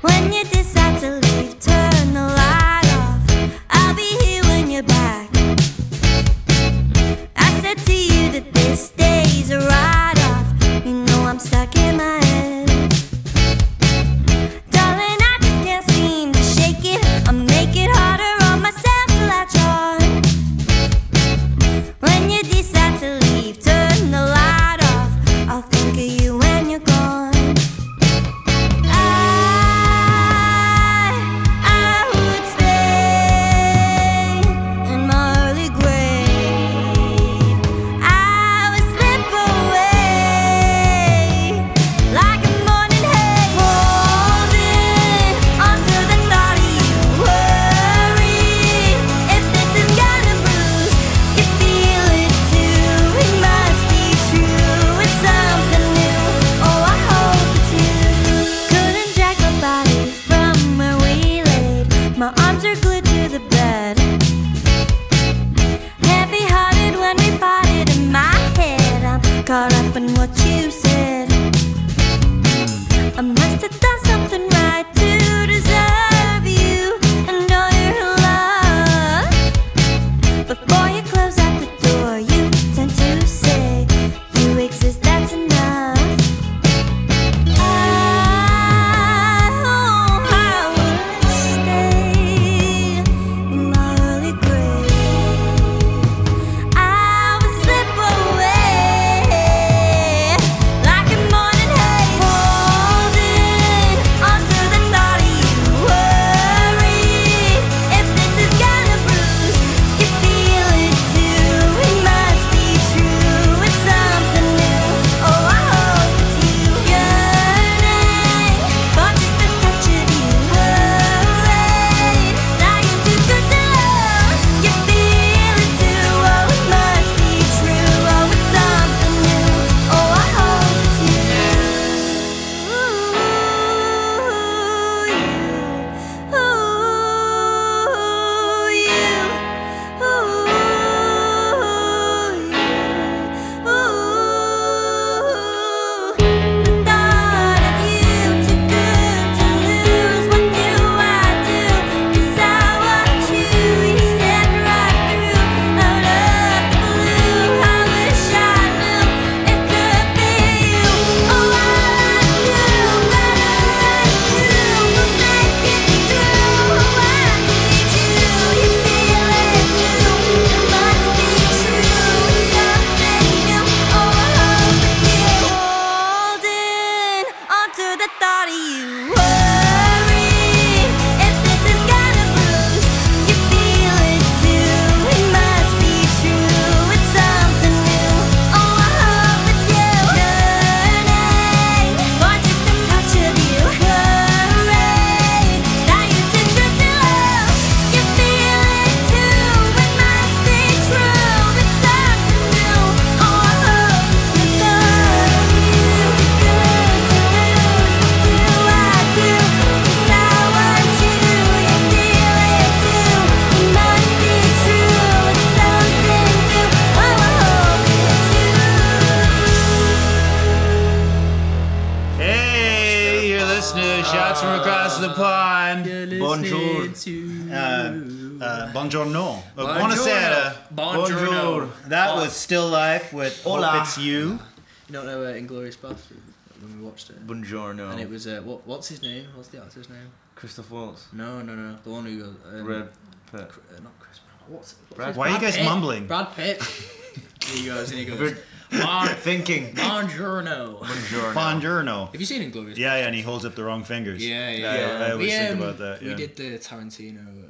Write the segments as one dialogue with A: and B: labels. A: When you decide to leave, turn the light off. I'll be here when you're back. I said to you that this day's a write off. You know I'm stuck in my head. Darling, I just can't seem to shake it. I make it harder on myself to latch on. When you decide to leave, turn the light off. I'll think of you when you're gone. I, I would stay in my early grave. I would slip away like a morning haze, holding onto the thought of you. Worry if this is gonna bruise. You feel it too. It must be true. It's something new. Oh, I hope it's you. Couldn't drag my body from where we laid. My arms are glued to the bed. Heavy hearted when we parted in my head. I'm caught up in what you said. I must have done something right to deserve you and all your love. Before you close out the door, you tend to say you exist, that's enough. I, oh, I would stay in my early grave. I would slip away like a morning haze, holding onto the thought of you. Worry if this is gonna bruise. You feel it too. It must be true. It's something new. Oh, I hope it's you. Yearning for just a touch of you. Worried that you're too good to lose. You feel it too. Oh, it must be true. Oh, it's something new. Oh, I hope it's you. you. Ooh, you. Ooh, yeah. Ooh, the thought of you too good to lose. What do I do? 'Cause I want you, you stepped right through out of the blue. I wish I knew it could be you. Oh, all I do, better I do, will make it through. Oh, I need you, you feel it too. It must be true, something new. Oh, I hope it's you holding onto the thought of you. Worry if this is gonna bruise. You feel it too. It must be true. It's something new. Oh, I hope it's you. Yearning for just a touch of you. Worried that you're too good to lose. You feel it too. It must be true. It's something new. Oh, I hope it's you. It's good to lose. What do I do? 'Cause I want you. You feel it too. It must be true. It's something new. Oh, I hope it's you.
B: Hey, you're listening to Shots from Across the Pond. Bonjour. Uh, uh, buongiorno. Uh, Buonasera.
C: Buongiorno.
B: That was Still Life with
C: Hola.
B: Hope It's You.
C: You don't know uh, Inglorious Bastards when we watched it.
D: Buongiorno.
C: And it was uh, what? What's his name? What's the actor's name?
D: Christoph Waltz.
C: No, no, no. The one who goes. Um,
D: Red Pitt.
C: Cr- uh, not Chris Brown. What's, what's
D: Brad-
C: his-
B: Why are you guys
C: Pitt.
B: mumbling?
C: Brad Pitt. he goes and he goes. Bon,
D: Thinking.
C: Buongiorno.
D: Buongiorno.
B: Buongiorno.
C: Have you seen Inglorious?
B: Yeah, yeah, and he holds up the wrong fingers.
C: Yeah,
B: I-
C: yeah.
B: I, always
C: we,
B: think
C: um,
B: about that. Yeah.
C: We did the Tarantino. Uh,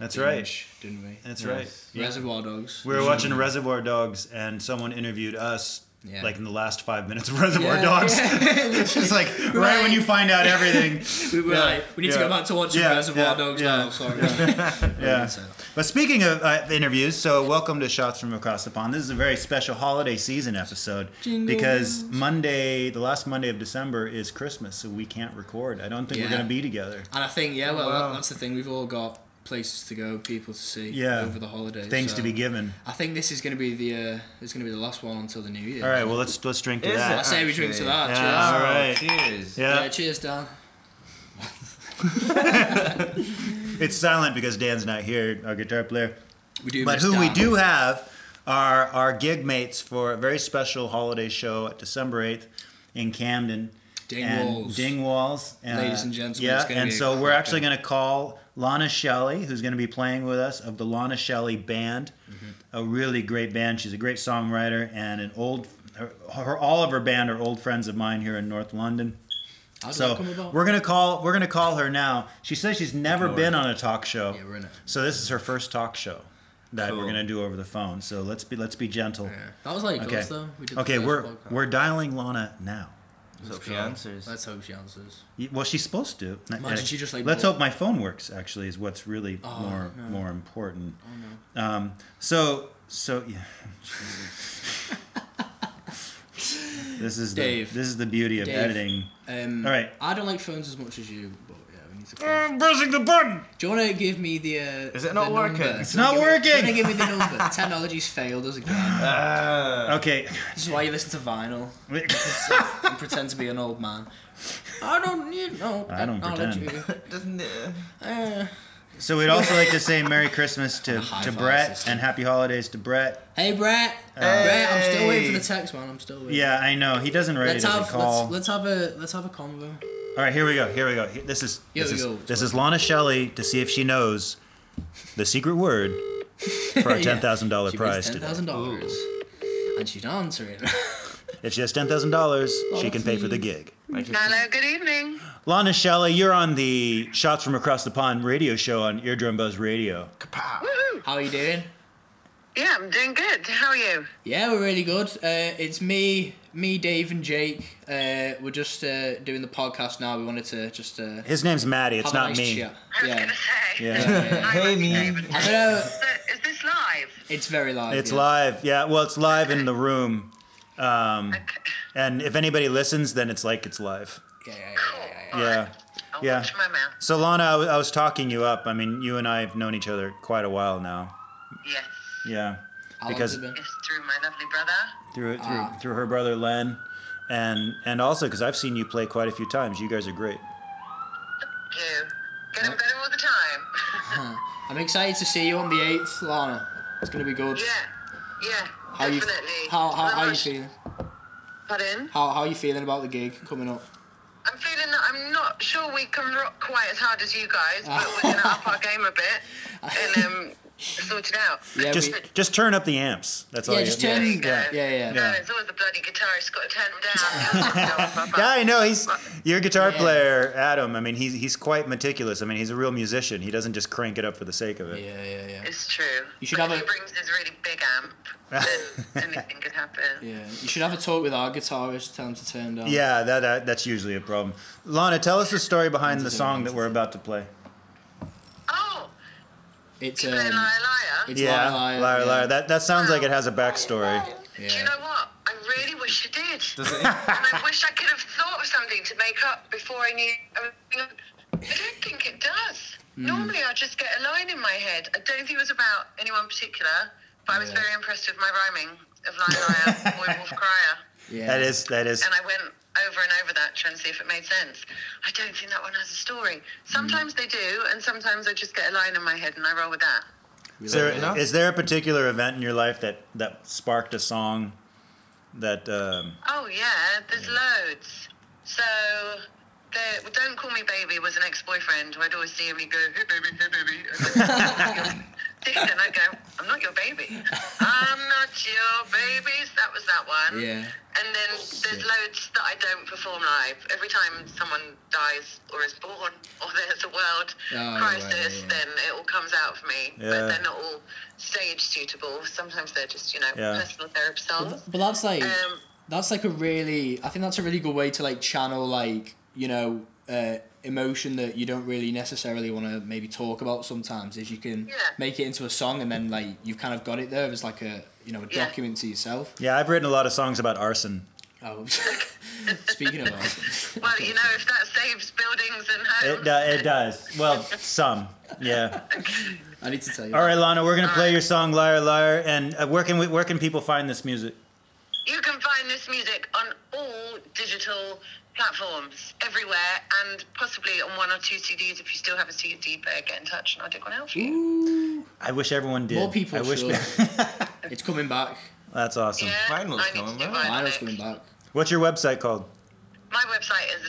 B: That's
C: binge,
B: right.
C: Didn't we?
B: That's
D: Yes.
B: right. Yeah.
C: Reservoir Dogs.
B: We were watching Reservoir Dogs, and someone interviewed us
C: Yeah.
B: like in the last five minutes of Reservoir
C: Yeah,
B: Dogs.
C: yeah.
B: It's like right,
C: Right.
B: when you find out everything.
C: we were
B: Yeah,
C: like, we need to
B: yeah.
C: go back to watching
B: Yeah,
C: Reservoir
B: yeah,
C: Dogs
B: yeah.
C: now. Sorry.
B: yeah.
C: So,
B: But speaking of uh, interviews, so welcome to Shots from Across the Pond. This is a very special holiday season episode
C: Jingle
B: because Monday, the last Monday of December, is Christmas, so we can't record. I don't think we're
C: Yeah.
B: going to be together.
C: And I think, yeah, well,
D: Wow.
C: that's the thing. We've all got places to go, people to see
B: Yeah.
C: over the holidays.
B: Things
C: so
B: to be given.
C: I think this is going to be the uh, it's going to be the last one until the new year.
B: All right, well let's let's drink to
D: Is
B: that.
C: I say we drink to
D: Actually,
C: that.
B: yeah.
C: Cheers.
B: All right.
D: Cheers.
B: Yeah.
C: Yeah, cheers, Dan.
B: It's silent because Dan's not here, our guitar player.
C: We do
B: But
C: miss
B: who we
C: Dom.
B: do have are our gig mates for a very special holiday show at December 8th in Camden.
C: Ding
B: and
C: Walls.
B: Ding Walls. And,
C: Ladies and gentlemen,
B: Yeah,
C: it's gonna
B: and
C: be a
B: so we're
C: crackin'-
B: actually going to call Lana Shelley, who's going to be playing with us of the Lana Shelley Band.
C: Mm-hmm.
B: A really great band. She's a great songwriter and an old, her, her, all of her band are old friends of mine here in North London.
C: How did that
B: So
C: come about?
B: we're gonna call we're gonna call her now. She says she's never
C: Ignore
B: been
C: it.
B: on a talk show.
C: Yeah, we're in it.
B: So this is her first talk show that we're
D: Cool.
B: gonna do over the phone. So let's be let's be gentle.
C: Yeah. That was like
B: Okay.
C: us though. We did the
B: okay,
C: first
B: we're
C: podcast.
B: we're dialing Lana now.
D: So
C: Let's
D: she
C: go.
D: answers.
C: Let's hope she answers.
B: Y- Well, she's supposed to. Not
C: Imagine
B: yet.
C: she just, like,
B: let's
C: woke-
B: hope my phone works. Actually, is what's really
C: Oh,
B: more
C: no.
B: more important.
C: Oh no.
B: Um, so so yeah. this is
C: Dave.
B: the this is the beauty of
C: Dave.
B: editing.
C: Um,
B: All right.
C: I don't like phones as much as you, but yeah, we need to.
B: I'm pressing the button.
C: Do you want to give me the? Uh,
D: Is it not
C: the
D: working?
C: number?
D: It's
C: Do you wanna
B: not
C: give me-
B: working!
C: Do you want to give me the number? Technology's failed us again.
D: Ah.
B: Okay.
C: This is why you listen to vinyl and pretend to be an old man. I don't need no
B: I don't
C: technology.
D: Doesn't it?
C: Uh,
B: So we'd also like to say Merry Christmas to,
C: high
B: to
C: five
B: Brett
C: system.
B: and Happy Holidays to Brett.
C: hey, Brett. Brett, I'm still waiting for
D: Hey.
C: the text, man. I'm still waiting.
B: Uh, Yeah, I know he doesn't write
C: Let's
B: it as
C: have
B: a call.
C: let's, let's have a let's have a convo.
B: All right, here we go. Here we go. Here- This is
C: Here
B: this
C: we
B: is
C: go.
B: this is Lana Shelley to see if she knows the secret word for our
C: Yeah.
B: ten thousand dollar
C: She
B: prize
C: wins ten
B: today.
C: thousand dollars, and she's answering.
B: If she has ten thousand dollars, she
C: Lana,
B: can pay for the
C: please.
B: gig.
D: Like it's
E: Hello, good evening.
B: Lana Shelley, you're on the Shots from Across the Pond radio show on Eardrum Buzz Radio.
D: just kapow.
E: Woohoo.
C: How are you doing?
E: Yeah, I'm doing good. How are you?
C: Yeah, we're really good. Uh, it's me, me, Dave, and Jake. Uh, we're just uh, doing the podcast now. We wanted to just uh, have
B: His name's Maddie. It's
C: a
B: not
C: nice
B: me.
C: chat.
E: I was
C: Yeah.
E: gonna say.
B: Yeah.
C: yeah.
D: Hey, me.
C: I don't know.
E: So, is this live?
C: It's very live.
B: It's
C: yeah.
B: live. Yeah. Well, it's live in the room. Um,
E: Okay.
B: And if anybody listens, then it's like it's live.
C: Yeah, yeah, yeah, yeah, yeah.
B: Yeah.
E: I'll
B: Yeah.
E: watch my mouth.
B: So Lana, I w- I was talking you up. I mean, you and I have known each other quite a while now.
E: Yes.
B: Yeah.
C: How long's
B: Because-
C: it been?
E: Yes, through my lovely brother.
B: Through through
C: Ah.
B: through her brother Len, and and also because I've seen you play quite a few times. You guys are great.
E: You. Getting better all the time.
C: Uh-huh. I'm excited to see you on the eighth, Lana. It's gonna be good.
E: yeah. Yeah.
C: How you?
E: definitely.
C: How how, how you
E: Last-
C: feeling?
E: Pardon?
C: How how you feeling about the gig coming up?
E: I'm feeling that I'm not sure we can rock quite as hard as you guys, but we're gonna up our game a bit and um, sort it out.
C: Yeah,
B: Just
C: we,
B: just turn up the amps. That's all.
C: yeah,
B: you
C: just
E: There
C: turn.
E: you go.
C: Yeah, yeah, yeah.
E: No, it's always the bloody guitarist got to turn them down.
B: Yeah, I know he's your guitar
C: Yeah.
B: player, Adam. I mean, he's he's quite meticulous. I mean, he's a real musician. He doesn't just crank it up for the sake of it.
C: Yeah, yeah, yeah.
E: It's true.
C: You should
E: But
C: have
E: if
C: a-
E: he brings his really big um, amp, then anything could happen.
C: Yeah, you should have a talk with our guitarist. Tell him to turn down.
B: Yeah, that, that that's usually a problem. Lana, tell us the story behind the song that we're about to play.
E: Oh,
C: it's
E: you
C: um,
E: play Liar Liar?
C: it's
B: Yeah,
C: liar,
B: liar,
C: liar,
B: liar.
C: yeah.
B: That that sounds like it has a backstory.
C: Yeah.
E: Do you know what? I really wish I did.
D: Does it?
E: and I wish I could have thought of something to make up before I knew. I mean, I don't think it does. Normally, I just get a line in my head. I don't think it was about anyone particular, but I was
C: Yeah.
E: very impressed with my rhyming of Liar Liar, Boy Wolf Crier.
C: yeah.
B: That is that is.
E: and I went over and over that trying to see if it made sense. I don't think that one has a story. Sometimes they do, and sometimes I just get a line in my head and I roll with that.
B: Is there,
D: enough?
B: is there a particular event in your life that that sparked a song? That um,
E: Oh yeah, there's loads. So, the, "Don't Call Me Baby" was an ex-boyfriend. Who I'd always see him. He'd go, "Hey baby, hey baby," and then I'd go, "I'm not your baby. I'm not your baby." So that was that one.
C: Yeah.
E: And then there's loads that I don't perform live. Every time someone dies or is born or there's a world
C: Oh,
E: crisis,
C: right.
E: then it all comes out for me.
B: Yeah.
E: But they're not all stage suitable. Sometimes they're just, you know,
B: Yeah.
E: personal therapy songs.
C: But that's like
E: Um,
C: that's like a really. I think that's a really good way to like channel like you know uh, emotion that you don't really necessarily want to maybe talk about. Sometimes is you can
E: Yeah.
C: make it into a song and then like you've kind of got it there as like a you know a
E: Yeah.
C: document to yourself.
B: yeah, I've written a lot of songs about arson.
C: Oh, speaking of that,
E: Well, you know, if that saves buildings and
B: It
E: homes.
B: do- it does. Well, some. Yeah.
C: I need to tell you.
B: All right, Lana, we're gonna play your song "Liar Liar." And uh, where can we, where can people find this music?
E: You can find this music on all digital platforms, everywhere, and possibly on one or two CDs. If you still have a CD player, get in touch and I'll dig one out for you.
B: I wish everyone did.
C: More people
B: I wish
C: should. it's coming back.
B: That's awesome.
E: Yeah,
D: Vinyl's
E: I need
D: coming
E: to do
D: back.
E: vinyl
C: Vinyl's
E: next.
C: coming back.
B: What's your website called?
E: My website is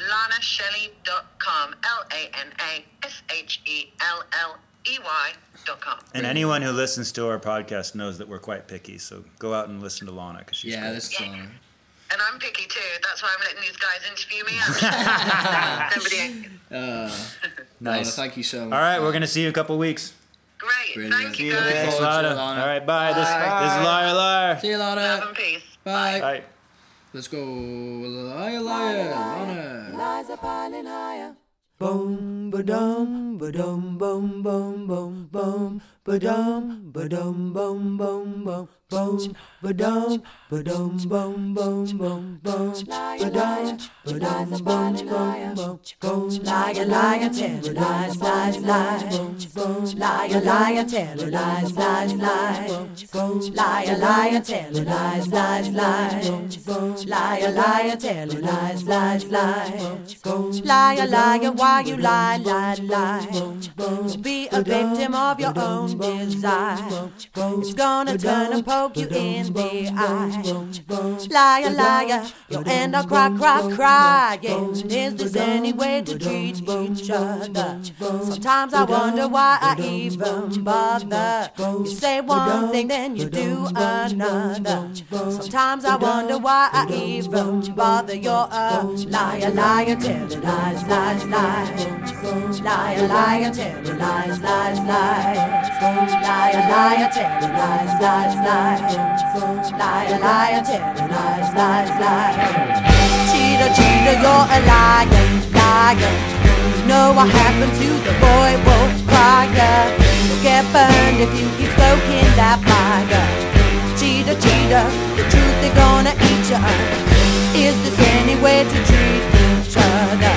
E: lanashelley.com. L A N A S H E L L E Y dot com.
B: And anyone who listens to our podcast knows that we're quite picky, so go out and listen to Lana because she's
C: Yeah,
B: great.
C: this is uh, on.
E: And I'm picky too. That's why I'm letting these guys interview me. I'm- Somebody-
C: Nice.
B: nice.
C: Uh, thank you so much.
B: All right, we're gonna see you in a couple weeks.
E: Great.
C: Brilliant.
E: Thank
B: See
E: you
B: you later,
E: guys.
C: Forward to
B: Lana.
C: it, Lana.
B: All right, bye. This,
C: Bye.
B: this is Liar Liar.
C: See you,
E: Love
C: Lana.
E: and peace.
C: Bye.
B: All right.
C: Let's go. Liar, liar, Lana.
F: Lies are piling higher. Boom, ba dum, ba dum, boom, boom, boom, boom, ba dum, ba dum, boom, boom, boom, boom, ba dum, ba dum, boom, boom, boom, boom, ba dum, ba dum, boom, boom, boom, boom, liar, liar, terrorize, lies, lies, boom, liar, liar, terrorize, lies, lies, boom, liar, liar, terrorize, lies, lies, boom, liar, liar, terrorize, lies, lies, boom, liar, liar, why you lie, lie, lie, to be a victim of your own desire. It's gonna turn and poke you in the eye. Liar, liar, you'll end up cry, cry, crying. Is this any way to treat each other? Sometimes I wonder why I even bother. You say one thing, then you do another. Sometimes I wonder why I even bother. You're a liar, liar, telling lies, lies, lies. Liar, liar, telling lies, lies, lies. Liar, liar, telling lies, lies, lies. Liar, liar, telling lies, lies, lies. Cheater, cheater, you're a liar, liar. You know what happened to the boy wolf crier. You'll get burned if you keep stoking that fire cheater, cheater. The truth they're gonna eat you up. Is this any way to treat each other?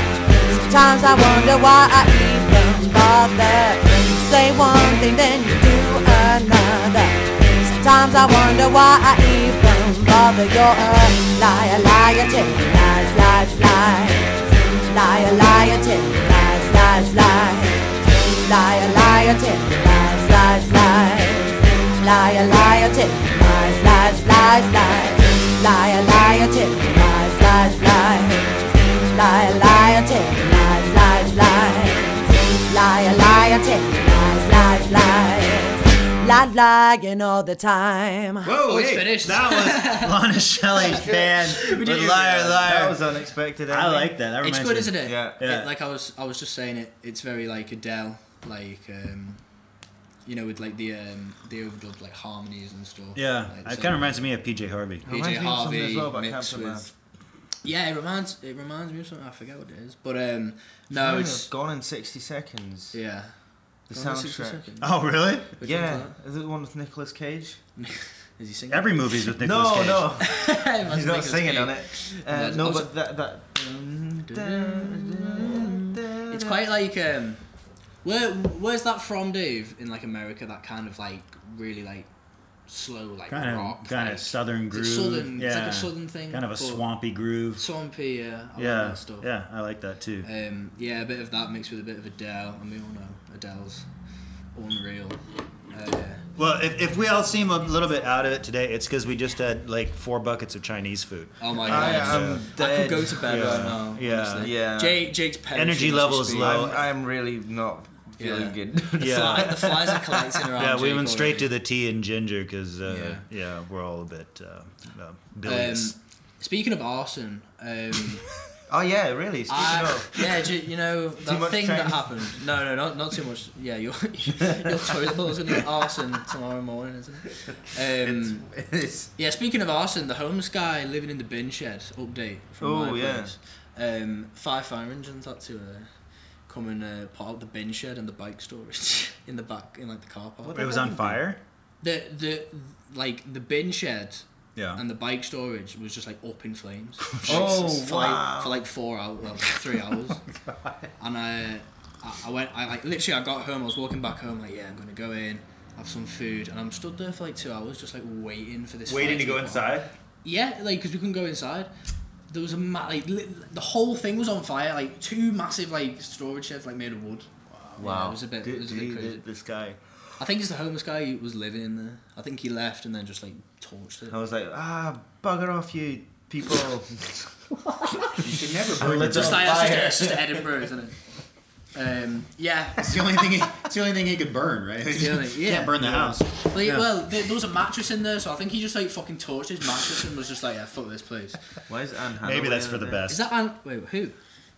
F: Sometimes I wonder why I even bother. You say one thing, then you do another. Sometimes I wonder why I even bother. You're a liar, liar, telling lies, lies, lies. Liar, liar, telling lies, lies, lies. Liar, liar, tell lies, lies, lies. Liar, liar, tell lies, lies, lies, lies. Liar, liar, tell lies, lies, lies. Liar, liar, tell lies, lies, lies. Liar, liar, tell lies, lies, lies. Lie, lying all the time.
B: Whoa,
C: it's finished.
B: That was Lana Shelley's band with
C: did.
B: Liar
D: That
B: Liar.
D: was unexpected.
B: I
D: ending.
B: like that. That
C: It's
B: reminds
C: good,
B: me.
C: isn't it?
D: Yeah.
B: Yeah.
C: It- like I was, I was just saying it. It's very like Adele, like um, you know, with like the um, the overdub like harmonies and stuff.
B: Yeah,
C: Like,
B: it
C: so-
B: kind of reminds me of PJ Harvey.
C: PJ
D: Reminds me of something
C: Harvey
D: as well, but I can't
C: mixed
D: put
C: with. Yeah, it reminds it reminds me of something. I forget what it is, but um,
D: that.
C: no,
D: Oh,
C: it's
D: Gone in 60 Seconds.
C: yeah.
D: The
C: Go on, let's see for a
D: soundtrack.
C: second.
B: Oh, really?
C: Which
D: Yeah,
C: one's
D: is it the one with Nicolas Cage?
C: that? Is he singing?
B: Every movie's with
D: no,
B: Nicolas Cage.
D: no,
C: It must
D: he's
C: be
D: not
C: Nicolas
D: singing
C: Cage.
D: on it. Uh,
C: No,
D: no,
C: also-
D: but that that.
C: It's quite like um, where where's that from, Dave? In like America, that kind of like really like slow like
B: Kind
C: rock,
B: of, kind
C: like-
B: of southern
C: it's
B: groove.
C: like southern-
B: yeah.
C: it's like a southern thing,
B: Kind of a
C: but-
B: swampy groove.
C: Swampy, yeah, I
B: yeah,
C: like that stuff.
B: yeah, I like that too.
C: Um, yeah, a bit of that mixed with a bit of Adele, and we all know Adele's unreal. Uh,
B: Well, if, if we all seem a little bit out of it today, it's because we just had like four buckets of Chinese food.
C: oh my
D: I
C: god,
B: am
D: am
C: I
D: dead.
C: could go to bed
B: Yeah.
C: right now.
B: Yeah.
C: honestly.
D: Yeah.
C: Jake, Jake's perishing
B: Energy
C: as we
B: level is
C: speak.
B: low.
D: I'm, I'm really not feeling
C: Yeah.
D: good.
C: The, fly-
B: Yeah,
C: the flies are collecting around.
B: yeah, we
C: Jake
B: went straight to
C: already.
B: the tea and ginger because
C: Yeah.
B: uh, yeah. we're all a bit uh, uh, bilious.
C: Um, speaking of arson, um,
D: oh yeah, really. Speaking
C: I,
D: of,
C: yeah, do you, you know that
D: much
C: thing that
D: train.
C: happened. No, no, not not too much. Yeah, your your toilet bowl is going to get arson tomorrow morning, isn't it? Um,
D: it's,
C: yeah, speaking of arson, the homeless guy living in the bin shed update from
D: Oh,
C: my
D: yeah.
C: place. Um, five fire engines had to uh, come and uh, part out the bin shed and the bike storage in the back in like the car park.
D: What
B: it was on fire.
C: The the like the bin shed
B: Yeah.
C: and the bike storage was just like up in flames.
D: Oh,
C: for
D: wow.
C: Like, for like four hours, well, three hours. and I, I, I went, I like literally, I got home. I was walking back home, like, yeah, I'm gonna go in, have some food, and I'm stood there for like two hours, just like waiting for this. fire to go out. Yeah, like because we couldn't go inside. There was a ma- like li- the whole thing was on fire. Like two massive like storage sheds like made of wood. Yeah, it was a bit.
D: Did-
C: it was a
D: did
C: bit
D: he-
C: crazy.
D: did this guy.
C: I think it's the homeless guy who was living in there. I think he left and then just like torched it.
D: I was like, ah, bugger off, you people.
C: You should never
B: burn your
C: just
B: dog.
C: like that's just, that's just Edinburgh, isn't it? Um, yeah.
B: It's the only thing. He, it's the only thing he could burn, right?
C: the only-
B: You
C: yeah.
B: Can't burn the house.
C: Like,
B: Yeah.
C: Well, there, there was a mattress in there, so I think he just like fucking torched his mattress and was just like, yeah, fuck this place.
D: Why is Anne Hathaway
B: Maybe that's
D: on
B: for the
D: there?
C: Is
B: best.
C: that Anne? Wait, who?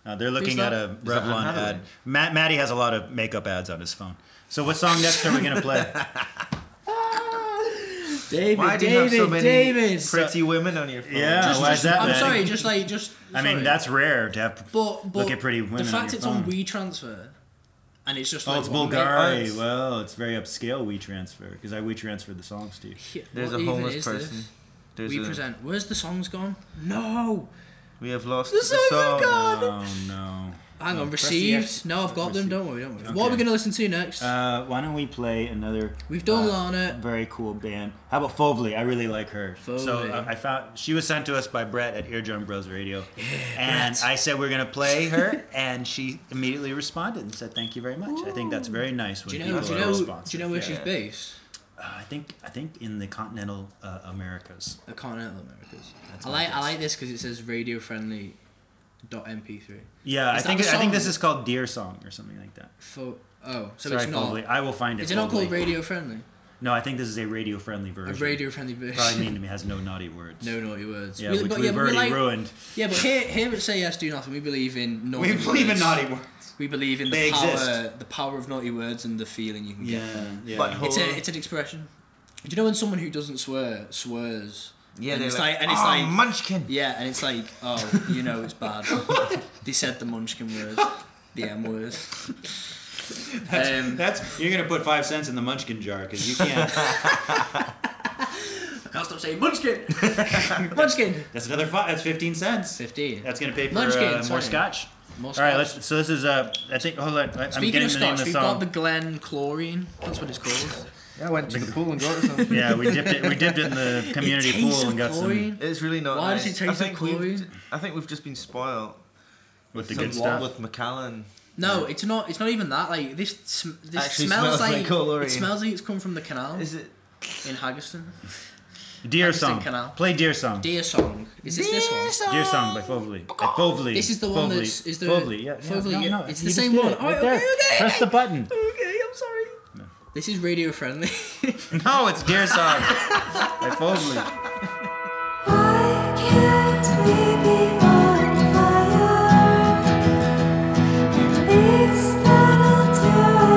B: Uh, they're looking
C: that?
B: at a
D: that Anne
B: Revlon
D: Hathaway?
B: ad. Matt, Matty has a lot of makeup ads on his phone. So what song next are we gonna play?
C: David.
D: Why do you have so many pretty women on your phone?
B: Yeah.
C: Just-
B: Why is
C: just-
B: that,
C: I'm
B: Maddie?
C: sorry, just like just.
B: I mean,
C: sorry.
B: that's rare to have.
C: But, but
B: at pretty women on
C: The fact
B: your
C: it's on
B: phone.
C: WeTransfer, and it's just
B: Oh,
C: like
B: it's
C: one big-
B: Bulgari.
D: it's-
B: well, it's very upscale. We transfer because I we transferred the songs to you.
C: Yeah,
D: There's
C: what
D: a
C: even
D: homeless
C: is this?
D: person. There's
C: We
D: a-
C: present. Where's the songs gone? No.
D: We have lost
C: The
D: the
C: songs are
D: song.
C: gone.
B: Oh no.
C: Hang on,
D: press the
C: received.
D: X.
C: No, I've got them.
B: Received.
C: Don't worry. Don't worry. What are we
B: Okay.
C: going to listen to next?
B: Uh, why don't we play another?
C: We've done
B: uh,
C: Lana.
B: Very cool band. How about Fovley? I really like her. So
C: Fovley.
B: uh, I found she was sent to us by Brett at Eardrum Bros Radio, and I said we are gonna play her, and she immediately responded and said thank you very much. I think that's very nice when
C: Do you know?
B: people
C: Do
B: are
C: you know?
B: responsive.
C: Do you know where
D: Yeah.
C: she's based?
B: Uh, I think I think in the continental uh, Americas.
C: The continental Americas. I
B: my
C: like. I
B: guess.
C: like this because it says radio friendly. Dot MP3.
B: Yeah,
C: Is
B: I think
C: that the
B: I think this
C: song?
B: is called Deer Song or something like that.
C: For oh, so
B: Sorry,
C: it's not.
B: Fovley. I will find it.
C: Is it not called
B: Fovley.
C: radio friendly?
B: No, I think this is a radio-friendly
C: A
B: version.
C: radio friendly version.
B: probably mean it has no naughty words.
C: No naughty words.
B: Yeah,
C: We-
B: which
C: but
B: we've
C: but we
B: already
C: like-
B: ruined.
C: Yeah, but here, here at Say Yes Do Nothing, we believe in naughty
B: We
C: words.
B: believe in naughty words.
C: We believe in the
B: They
C: power,
B: exist.
C: the power of naughty words and the feeling you can get.
B: Yeah, yeah.
D: Butthole.
C: It's a, it's an expression. Do you know when someone who doesn't swear swears?
D: yeah,
C: and
D: they're
C: it's
D: like,
C: like- and it's
D: "Oh,
C: like-
D: Munchkin.
C: Yeah, and it's like, oh, you know it's bad. they said the munchkin words, the M words. Um,
B: That's you're gonna put five cents in the Munchkin jar because you can't.
C: I can't stop saying munchkin. munchkin.
B: that's another five. That's fifteen cents.
C: Fifteen.
B: That's gonna pay for
C: Munchkin,
B: uh, more
C: sorry.
B: scotch.
C: More
B: All right,
C: scotch.
B: let's. So this is uh, I think. Hold on, I, I'm
C: Speaking
B: getting
C: of
B: the name of
C: scotch, we've
B: the song.
C: got the Glen Chlorine. That's what it's called.
D: Yeah, I went to the pool and got some.
B: yeah, we dipped it. We dipped it in the community
C: it tastes of
B: pool and got some
C: chlorine.
D: It's really not.
C: Why
D: nice.
C: does it taste
D: I think
C: of
D: we've,
C: chlorine?
D: I think we've just been spoiled
B: with the
D: Some
B: good
D: wall
B: stuff.
D: with McAllen.
C: No, it's not. It's not even that. Like this, sm- this
D: Actually
C: smells,
D: smells like
C: like,
D: chlorine.
C: it smells like it's come from the canal
D: Is it?
C: in Haggerston.
B: Deer
C: Anderson
B: song.
C: Canal.
B: Play deer song.
C: Dear song. Is this this one? Oh,
B: Deer song by Uh, Fovley. By Fovley.
C: This is the one
B: Fovley.
C: that's- is the-
B: Fovley. Yeah. yeah,
C: Fovley,
B: no,
C: yeah.
B: no,
C: It's
B: you
C: the
B: just
C: same
B: did
C: one.
B: it
C: Alright,
B: there.
C: okay, okay.
B: Press the button.
C: Okay, I'm sorry. This is radio friendly.
B: No, it's deer song by Fovley.
A: Why can't we be on fire? At least that'll do it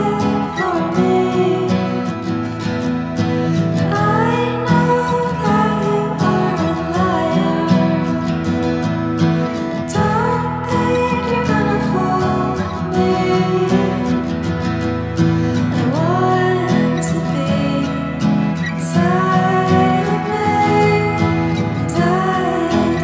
A: for me. I know that you are a liar. Don't think you're gonna fool me. I want to be inside of me. I don't care.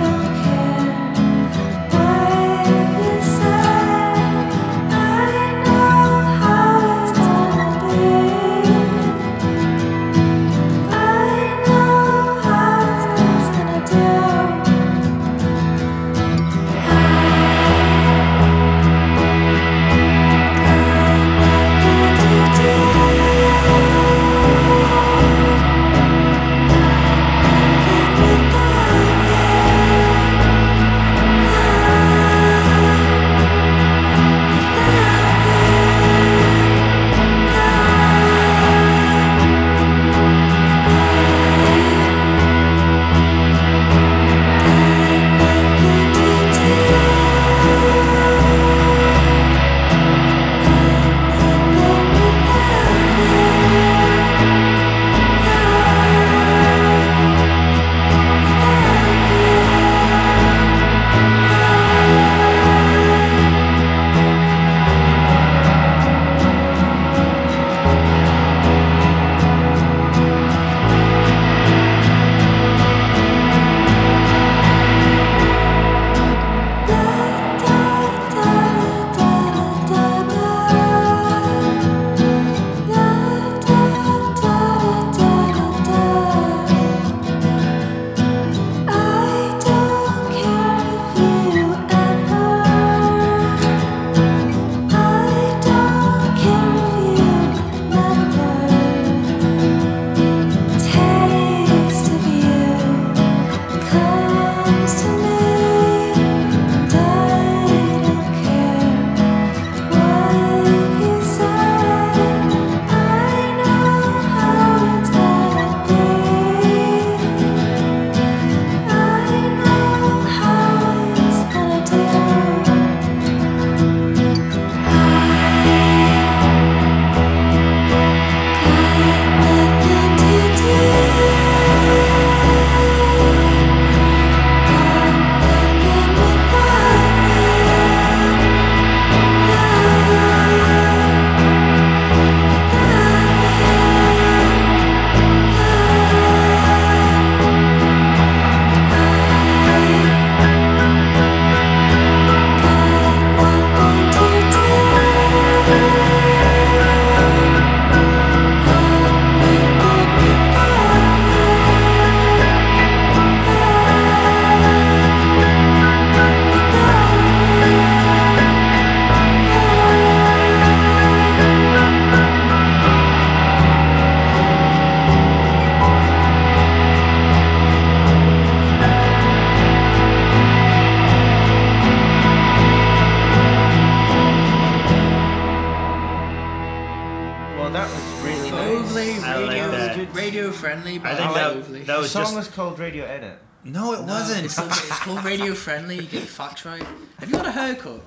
C: friendly, but
B: I
C: I
B: think
C: like
B: that,
C: Oakley.
B: that
D: The
B: was
D: song
B: just
D: was called Radio Edit.
B: no,
C: No,
B: it wasn't.
C: It's, it's called radio friendly. You get your facts right. Have you had a haircut?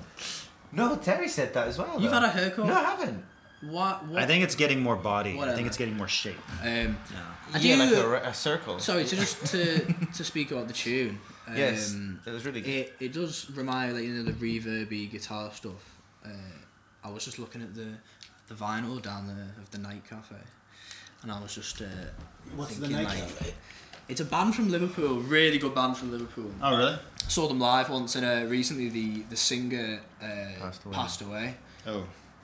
D: No, Terry said that as well.
C: You've
D: though.
C: had a haircut?
D: No, I haven't.
C: What? what?
B: I think it's getting more body. I
C: Whatever.
B: think it's getting more shape.
C: Um, I
D: yeah,
C: do.
D: like a, re- a circle.
C: sorry to just to to speak about the tune. Um,
D: yes, it was really good.
C: It, it does remind like you know the reverby guitar stuff. Uh, I was just looking at the the vinyl down there of the Night Cafe, and I was just uh,
B: What's the
C: thinking
B: Night
C: like,
B: Cafe?
C: it's a band from Liverpool, really good band from Liverpool.
B: Oh, really?
C: Saw them live once, and uh, recently the the singer uh,
D: Passed away.
C: Passed away
B: Oh,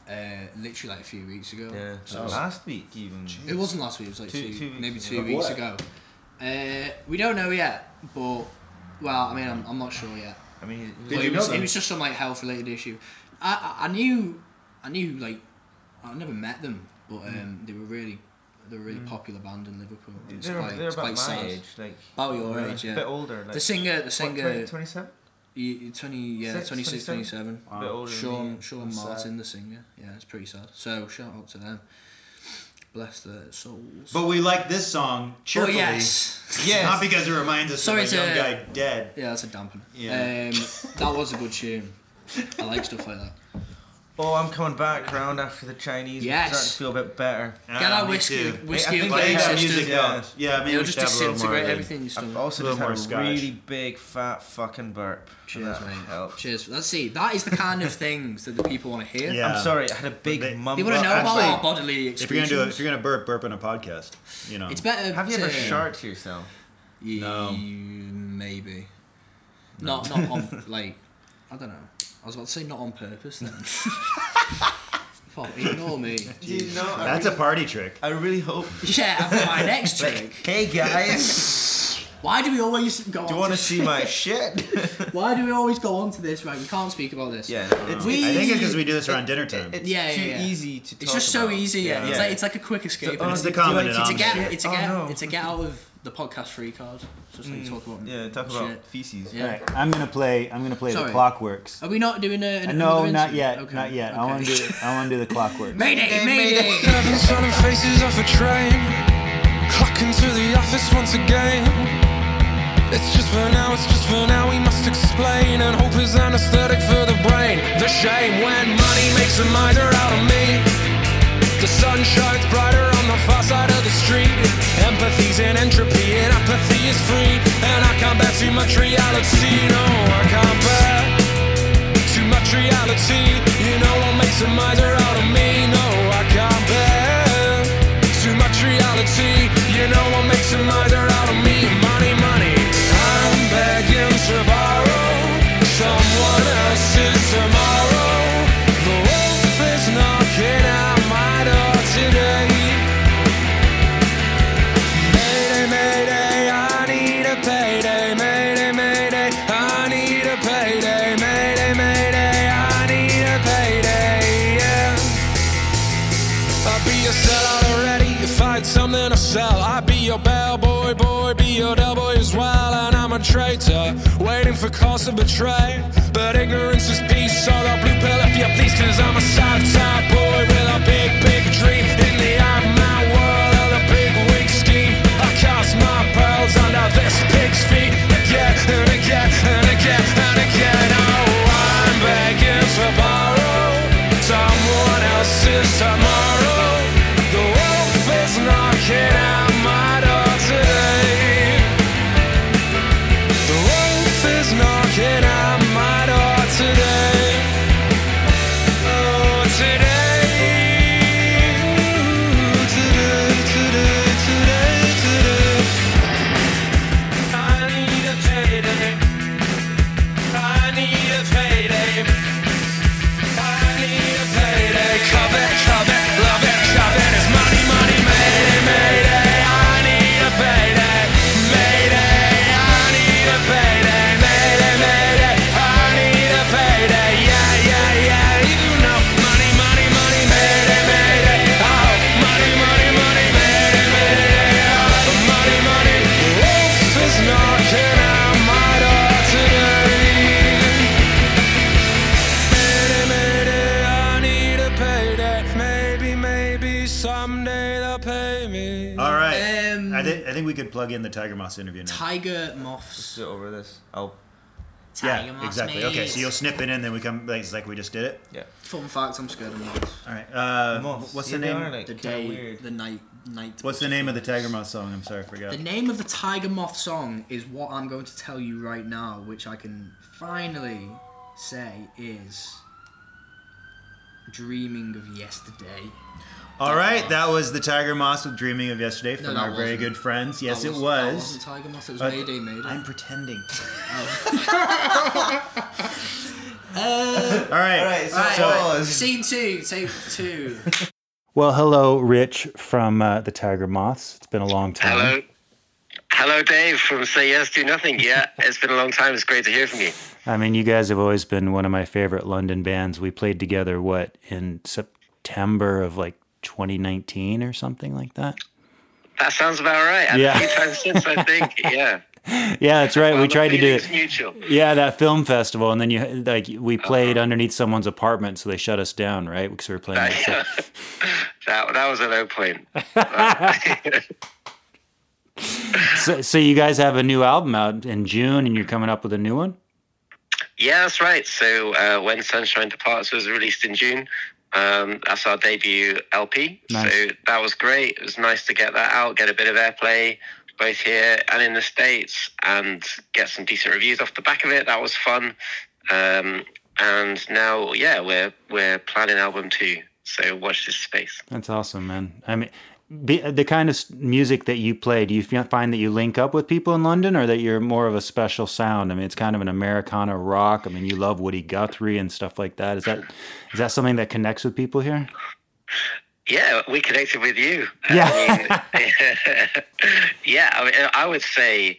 C: uh, literally like a few weeks ago.
D: yeah,
C: So it's-
D: last week even.
C: it wasn't last week. It was like two,
D: Two- two weeks
C: maybe
D: ago.
C: two
B: Of
C: weeks
B: what?
C: ago. Uh, we don't know yet, but well, I mean, I'm, I'm not sure yet.
D: I mean, it
C: But
D: was-
B: you
C: it, was,
B: know
C: it
B: them?
C: was just some like health related issue. I, I I knew I knew like I never met them, but
D: Mm.
C: um, they were really they were a really popular band in Liverpool. It's
D: they're,
C: quite,
D: they're
C: it's
D: about my
C: quite sad.
D: age, like
C: About your age,
D: a
C: yeah.
D: bit older. Like,
C: The singer, the singer,
D: Twenty seven.
C: y- y- 20, yeah,
D: Six,
C: 26,
D: 27?
C: 27.
D: A bit older. than
C: Sean
D: me.
C: Sean
D: I'm sad.
C: Martin, the singer. Yeah, it's pretty sad. So shout out to them. Bless their souls.
B: but we like this song
C: oh
B: cheerfully.
C: yes.
D: Yes.
B: Not because it reminds us
C: Sorry
B: of a young
C: to-
B: guy dead.
C: Yeah, that's a dampener.
B: Yeah.
C: Um, that was a good tune. I like stuff like that.
D: Oh, I'm coming back round after the Chinese.
C: Yes.
D: I'm starting to feel a bit better.
B: Ah,
C: Get that
B: me
C: whiskey,
B: too.
C: whiskey
D: I
C: and
D: think
B: Play
C: Bloody
D: I
B: that
D: Sisters,
B: music
D: yeah.
B: though. Yeah, maybe
C: It'll
B: we
C: just
B: should have a little more. of
C: disintegrate
B: it.
C: everything you
D: I've
C: stole.
D: also
B: A
D: just
B: little
D: had
B: more
D: a
B: Scottish.
D: really big fat fucking burp.
C: Cheers,
D: That
C: mate.
D: helped.
C: Cheers. Let's see. That is the kind of things that the people want to hear.
B: Yeah.
D: I'm sorry, I had a big
B: But they-
D: mum.
C: They want to
D: burp.
C: know about
D: Actually,
C: our bodily
B: If you're gonna
C: excretions.
B: do it, if you're gonna burp, burp in a podcast. You know.
C: it's better.
D: Have you
C: to,
D: ever sharted yourself?
C: Ye-
B: No.
C: Maybe. Not not on like. I don't know. I was about to say not on purpose. Then. Fuck, ignore me. Jeez.
D: No, I,
B: That's a party trick.
D: I really hope.
C: Yeah, I've got my next trick.
D: Hey guys,
C: Why do we always go?
D: do
C: on
D: you want to
C: to
D: see my shit?
C: Why do we always go on to this? Right, we can't speak about this.
D: yeah, it's,
C: We-
B: I think it's because we do this around dinner time.
D: it's
C: Yeah, yeah,
D: too
C: yeah.
D: easy to.
C: It's
D: talk
C: just so
D: about.
C: easy. Yeah, it's
D: Yeah.
C: like it's like a quick escape.
D: Oh,
B: It's the
D: do I
B: common
D: need to
C: It's a
B: denominator.
C: get.
D: shit.
C: It's a
D: Oh,
C: get.
D: no. Mm.
C: It's a get out of the podcast free card. It's just like talk about.
D: Yeah, talk about
C: shit.
D: feces.
B: Alright, I'm gonna play. I'm gonna play
C: Sorry.
B: Clockworks.
C: Are we not doing a? an-
B: Uh, no,
C: another
B: not
C: interview?
B: yet.
C: Okay,
B: Not yet. I
C: okay.
B: want to do. I want to do the Clockworks.
C: Mayday! Mayday!
G: Seven sunny faces off a train. Clocking through the office once again. It's just for now, it's just for now, we must explain. And hope is anesthetic for the brain. The shame when money makes a miser out of me. The sun shines brighter on the far side of the street. Empathy's in entropy, and apathy is free. And I can't bear too much reality, no, I can't bear too much reality. You know what makes a miser out of me? No, I can't bear too much reality. You know what makes a miser out of me? Money, money. I'm begging to borrow someone else's tomorrow. The wolf is knocking at my door today. Mayday, mayday, I need a payday. Mayday, mayday, I need a payday. Mayday, mayday, I need a payday. Yeah. I'll be your sellout already if I had something to sell. I'll be your bellboy, boy, be your doughboy as well. And I'm a traitor, waiting for cause to betray. But ignorance is peace, so I'll blue pill if you please. Cause I'm a south side boy with a big, big dream. In the eye of my world, of the big, weak scheme. I cast my pearls under this pig's feet. Again and again and again and again. Oh, I'm begging for borrow. Someone else's tomorrow. The wolf is knocking at my door today. The wolf is knocking at my door today. Oh, today. Today, today, today, today. I need a payday. I need a payday. I need a payday. Cover, cover,
C: Um,
B: think I think we could plug in the Tiger Moss interview now.
C: Tiger moths.
D: Sit over this. Oh,
C: Tiger
B: yeah,
C: moths.
B: exactly.
C: mate.
B: Okay, so you'll snip it in, then we come. Like, it's like we just did it.
D: yeah.
C: Fun fact: I'm scared of moths.
B: All right. Uh,
D: Moths.
B: what's
D: Yeah,
B: the
D: they
B: name?
D: are, like,
C: The
D: kinda
C: day,
D: weird.
C: the night, night.
B: what's the name of the Tiger Moth song? I'm sorry, I forgot.
C: The name of the Tiger Moth song is what I'm going to tell you right now, which I can finally say is "Dreaming of Yesterday."
B: All right, that was the Tiger Moss with "Dreaming of Yesterday" from
C: that
B: our very
C: wasn't.
B: good friends. Yes,
C: That
B: it
C: That
B: was.
C: wasn't Tiger Moth. It was
B: But
C: Mayday. Mayday. Oh.
B: I'm pretending. All right.
D: All right. So,
C: Right,
D: so-
C: scene two, take two.
B: Well, hello, Rich from uh, the Tiger Moths. It's been a long time.
H: Hello. Hello, Dave from Say Yes Do Nothing. Yeah, it's been a long time. It's great to hear from you.
B: I mean, you guys have always been one of my favorite London bands. We played together, what, in September of like 2019 or something like that?
H: That sounds about right. I've
B: Yeah.
H: A few times since, I think. Yeah.
B: Yeah, that's right.
H: Well,
B: We
H: the
B: tried to do
H: feeling's
B: it.
H: Mutual. Uh-huh.
B: Yeah, that film festival, and then you like we played underneath someone's apartment, so they shut us down, right? Because we were playing. that stuff.
H: That, that was a low point.
B: So, so you guys have a new album out in June, and you're coming up with a new one.
H: Yeah, that's right. So uh, when Sunshine Departs was released in June, um, that's our debut LP.
B: Nice.
H: So that was great. It was nice to get that out, get a bit of airplay both here and in the states, and get some decent reviews off the back of it. That was fun. Um, and now, yeah, we're we're planning album two. So watch this space.
B: That's awesome, man. I mean, be, uh, the kind of s- music that you play, do you f- find that you link up with people in London or that you're more of a special sound? I mean, it's kind of an Americana rock. I mean, you love Woody Guthrie and stuff like that. Is that is that something that connects with people here?
H: Yeah, we connected with you.
B: Yeah.
H: I mean, yeah, I, mean, I would say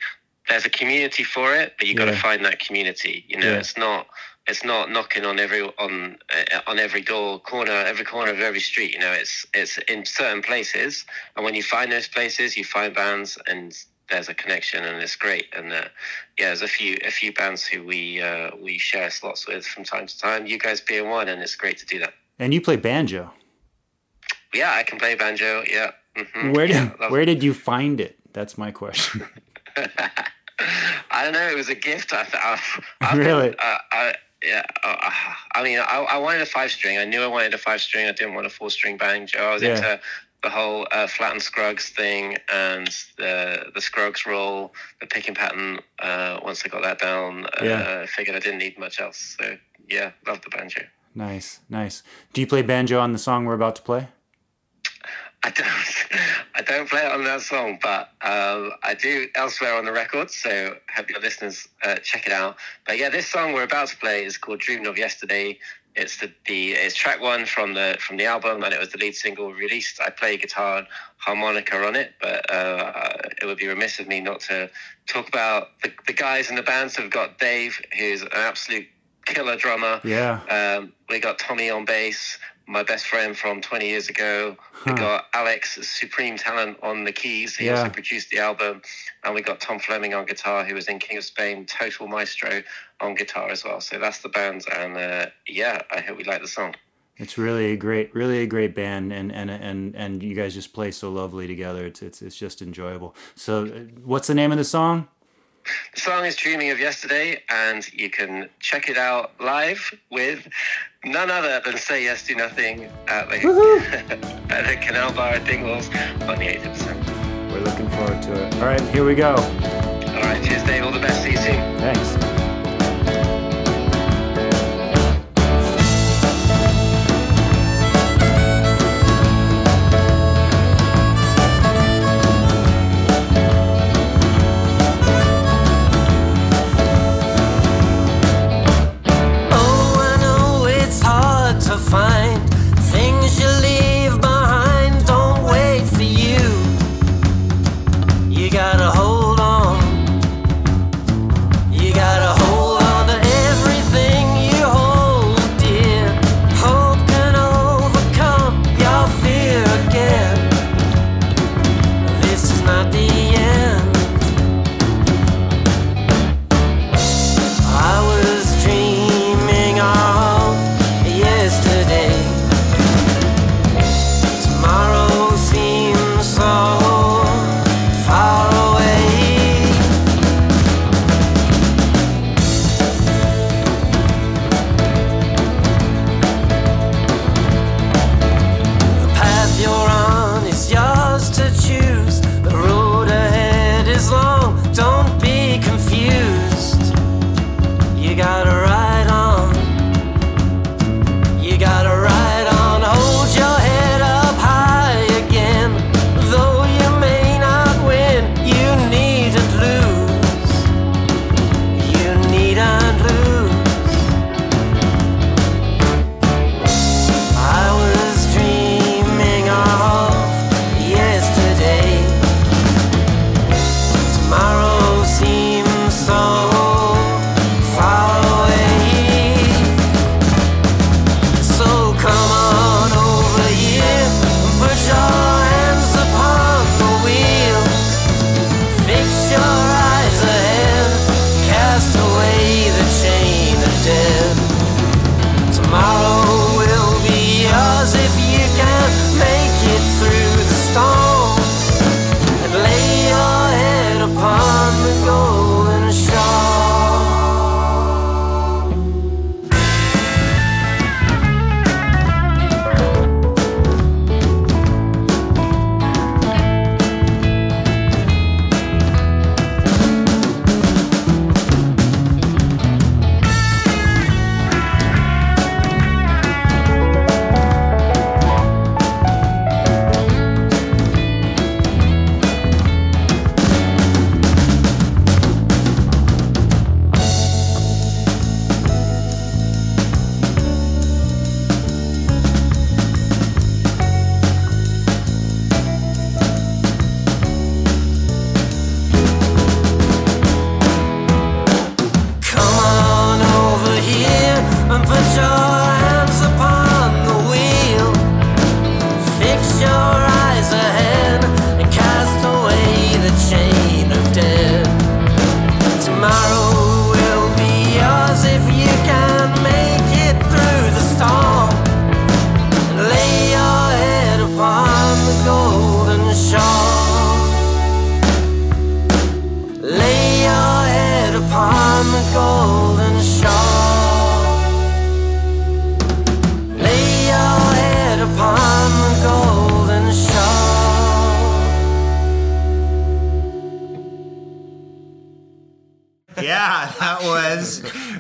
H: there's a community for it, but you got to
B: Yeah.
H: find that community. You know,
B: Yeah.
H: it's not it's not knocking on every on uh, on every door corner, every corner of every street. You know, it's it's in certain places, and when you find those places, you find bands, and there's a connection, and it's great. And uh, yeah, there's a few a few bands who we uh, we share slots with from time to time. You guys being one, and it's great to do that.
B: And you play banjo.
H: Yeah, I can play banjo. Yeah. hmm
B: Where did
H: yeah, that's-
B: where did you find it? That's my question.
H: I don't know. It was a gift. I, I, I
B: Really?
H: I, I, yeah. I, I mean, I, I wanted a five string. I knew I wanted a five string. I didn't want a four string banjo. I was
B: Yeah.
H: into the whole uh, flat and scrugs thing and the the scrugs roll, the picking pattern. Uh, once I got that down, uh,
B: Yeah.
H: I figured I didn't need much else. So yeah, love the banjo.
B: nice, nice. Do you play banjo on the song we're about to play?
H: I don't, I don't play it on that song, but um, I do elsewhere on the record. So hope your listeners uh, check it out. But yeah, this song we're about to play is called "Dreaming of Yesterday." It's the, the it's track one from the from the album, and it was the lead single released. I play guitar and harmonica on it, but uh, it would be remiss of me not to talk about the, the guys in the band. So we've got Dave, who's an absolute killer drummer.
B: Yeah.
H: Um, we got Tommy on bass, my best friend from 20 years ago.
B: Huh.
H: We got Alex, supreme talent on the keys. He
B: Yeah.
H: also produced the album. And we got Tom Fleming on guitar, who was in King of Spain, total maestro on guitar as well. So that's the band. And uh, yeah, I hope we like the song.
B: It's really a great, really a great band, and and and and you guys just play so lovely together. It's it's it's just enjoyable. So, uh, what's the name of the song?
H: The song is Dreaming of Yesterday, and you can check it out live with none other than Say Yes Do Nothing at the, at the Canal Bar at Dingwalls on the 8th of December.
B: We're looking forward to it. All right, here we go.
H: All right, cheers, Dave. All the best. See you soon.
B: Thanks.
F: Oh, I know it's hard to find things you leave behind. Don't wait for you. You gotta hold on. You gotta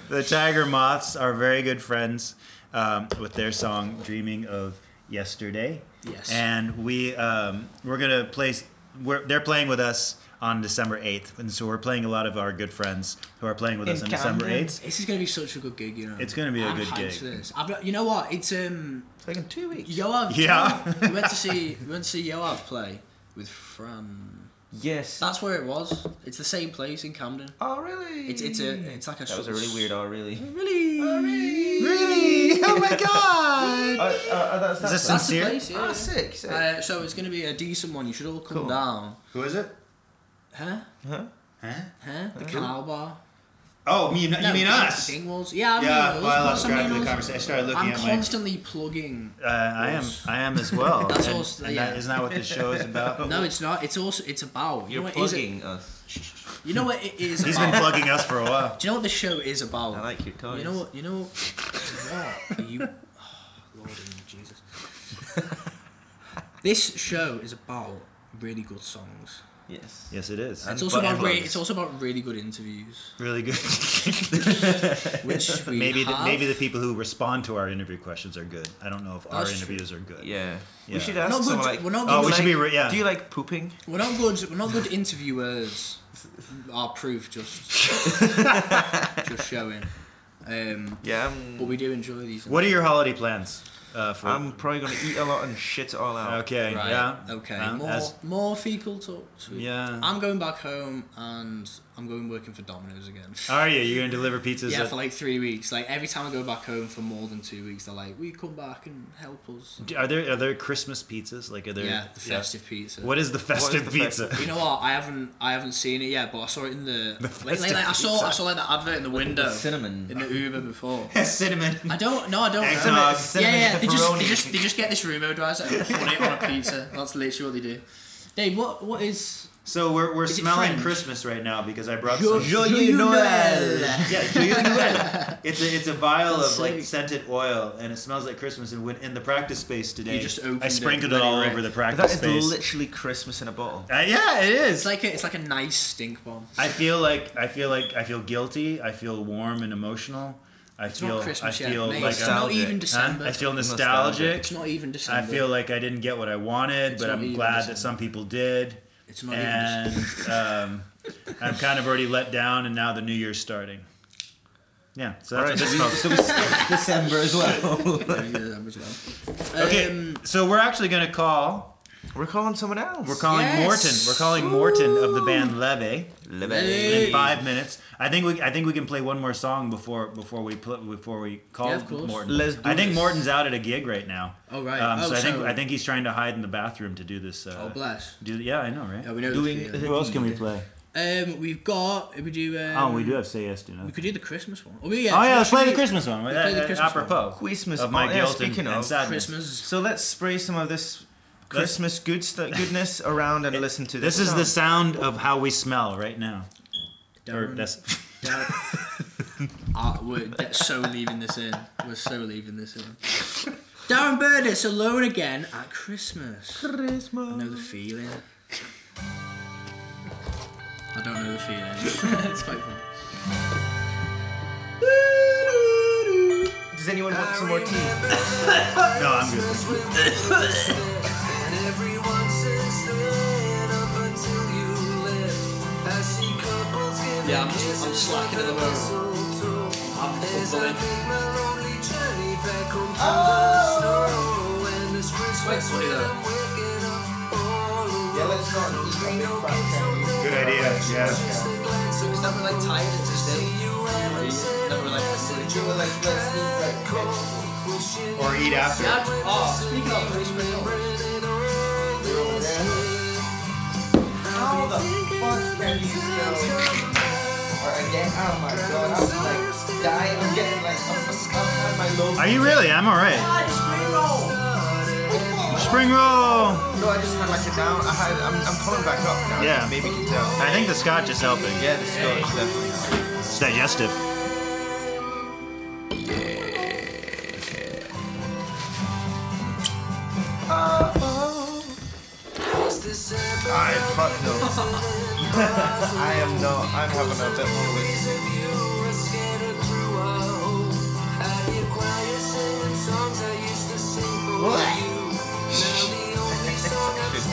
B: the Tiger Moths are very good friends um, with their song "Dreaming of Yesterday."
C: Yes.
B: And we um, we're gonna place. We're, they're playing with us on December eighth, and so we're playing a lot of our good friends who are playing with
D: In
B: us on December
D: Camden.
B: eighth.
C: This is gonna be such a good gig, you know.
B: It's gonna be a
C: I'm
B: good
C: hyped
B: gig.
C: For this. I've, not- you know what? It's um.
D: It's like in two weeks.
C: Yoav.
B: Yeah.
C: we went to see we went to see Yoav play with Fran.
D: Yes.
C: That's where it was. It's the same place in Camden.
D: oh really?
C: It's it's a it's like a.
D: That was a really weird. Oh really?
C: Really.
B: Really? Oh my god! Ah,
D: Oh, oh, oh, that's,
B: Is this
C: Uh, That's
D: that's,
C: the
B: sincere?
C: place. Yeah.
D: oh, sick. sick.
C: Uh, so it's gonna be a decent one. You should all come
D: Cool.
C: down.
B: Who is it?
C: Huh?
B: Huh?
C: Huh? The canal bar.
B: Oh, me, you
C: No,
B: mean
C: Ding-
B: us?
C: Dingwalls. Yeah. I mean
B: Yeah,
C: us.
B: well, I
C: What's
B: lost
C: I mean
B: track of the
C: us?
B: conversation. I started looking
C: I'm
B: at my.
C: constantly plugging.
B: Uh, I am. I am as well.
C: That's
B: and,
C: also-
B: and
C: yeah.
B: that, isn't that what this show is about?
C: No, it's not. It's also it's about.
D: You're
C: you know what is it-
D: plugging us.
C: You know what it is
B: He's been
C: about.
B: plugging us for a while.
C: Do you know what the show is about?
D: I like your toys.
C: You know what? You know what? Are you, oh, Lord in Jesus. this show is about really good songs.
D: Yes.
B: Yes, it is.
D: And
C: It's also
D: butt
C: about re-
D: plugs.
C: it's also about really good interviews,
B: Really good.
C: which we
B: maybe the,
C: have.
B: maybe the people who respond to our interview questions are good. I don't know if our
C: That's true.
B: interviews are good.
D: Yeah.
B: Yeah.
D: We should ask
C: Not good-
D: someone like.
C: we're not
D: do
B: Oh,
D: you
B: we should be
D: like-
B: re- yeah.
D: Do you like pooping?
C: We're not good. We're not good interviewers. Our proof just just showing. Um,
D: Yeah.
C: but
D: I'm,
C: we do enjoy these.
B: What are your holiday plans? Uh, for
D: I'm probably gonna eat a lot and shit it all out.
B: okay.
C: Right.
B: Yeah.
C: Okay.
B: Um,
C: more
B: as-
C: more fecal talk. To
B: Yeah.
C: I'm going back home and I'm going working for Domino's again.
B: are you? Oh, You're gonna deliver pizzas?
C: yeah,
B: at-
C: for like three weeks. Like every time I go back home for more than two weeks, they're like, "Will you come back and help us?"
B: are there are there Christmas pizzas? Like are there?
C: yeah, the festive pizza.
B: What is the festive
D: the
B: pizza?
D: festive-
C: You know what? I haven't I haven't seen it yet, but I saw it in the, like, like,
B: festive
C: like, I saw I saw like the advert in the window,
D: cinnamon.
C: in the Uber before.
B: Cinnamon.
C: I don't. No, I don't.
B: Eggnog. Cinnamon-
C: yeah,
D: cinnamon
C: yeah. They just, they
D: pepperoni.
C: just they just get this room odorizer and put it on a pizza. That's literally what they do. Dave, what what is
B: So we're, we're
C: it
B: smelling
C: French?
B: Christmas right now because I brought some.
C: Joyeux Noël.
B: Yeah, Joyeux Noël. It's a it's a vial
C: That's
B: of like
C: sick.
B: scented oil, and it smells like Christmas. And when in the practice space today,
C: You just opened
B: I
C: it,
B: sprinkled it,
C: let it
B: all
C: rip.
B: over the
D: But that
B: practice
D: is
B: space.
D: literally Christmas in a bottle.
B: Uh, yeah, it
C: It's
B: is.
C: like a, it's like a nice stink bomb.
B: I feel like I feel like I feel guilty. I feel warm and emotional. I
C: It's
B: feel
C: not Christmas
B: I
C: yet.
B: feel
C: mate.
B: like
C: it's
B: I'm,
C: not
D: nostalgic.
C: even
D: Huh?
C: December.
B: I feel nostalgic.
D: Nostalgic.
C: it's not even December.
B: I feel like I didn't get what I wanted,
C: It's
B: but
C: not
B: I'm
C: even
B: glad
C: December.
B: that some people did.
C: it's not even December.
B: and um, I'm kind of already let down, and now the new year's starting. Yeah, so that's what this smells.
D: so it's December as well.
B: Okay,
C: Um,
B: so we're actually going to call.
D: We're calling someone else.
B: We're calling
C: Yes.
B: Morton. We're calling Morton of the band Leve
D: Levy.
B: in five minutes. I think we I think we can play one more song before before we pl- before we call
C: Yeah, of course.
B: Morton.
D: Let's do
B: I think
D: this.
B: Morton's out at a gig right now.
C: Oh, right.
B: Um, so
C: Oh,
B: I think
C: so-
B: I think he's trying to hide in the bathroom to do this. Uh,
C: oh bless.
B: do yeah, I know, right?
C: Yeah, we know the
D: Doing-
C: feeling.
B: Who else can we play?
C: Um, we've got we do. Um,
B: Oh, we do have Say Yes to No.
C: We could do the Christmas one. Oh yeah.
B: Oh yeah, let's
C: should
B: play
C: we-
B: the Christmas one.
C: play the
B: Uh, uh,
C: Christmas
B: apropos
D: Christmas.
B: of my
D: oh, yeah,
B: guilt and,
D: speaking
B: and
D: of
B: sadness.
C: Christmas.
D: So let's spray some of this Christmas good stu- goodness around and listen to this.
B: This is
D: song.
B: the sound of how we smell right now. Or
C: Darren,
B: that's
C: Darren- Ah, we're de- so leaving this in. We're so leaving this in. Darren Burdis alone again at Christmas. I know the feeling. I don't know the feeling. it's quite funny.
D: Does anyone want some more tea?
B: no, I'm good.
C: Yeah, I'm just I'm slacking at the moment. I'm fumbling. Oh. It's quite funny though.
D: Yeah, let's not eat
B: Good idea. Yeah.
C: Because then we're like tired and just ill. Then we're like hungry.
B: Or eat after.
C: Yeah, oh, speaking of Christmas, oh,
D: How the fuck can you spell? Or again, oh my god, I'm like dying. I'm getting like I'm, I'm, I'm my low.
B: Are you really? I'm all right. Spring roll.
D: No, I just had like a down. I had. I'm, I'm pulling back up now.
B: Yeah.
D: maybe you can tell.
B: I think the scotch is helping.
D: Yeah, the Scotch definitely.
B: It's digestive.
D: I fuck those. I am not. I'm having a bit more of a.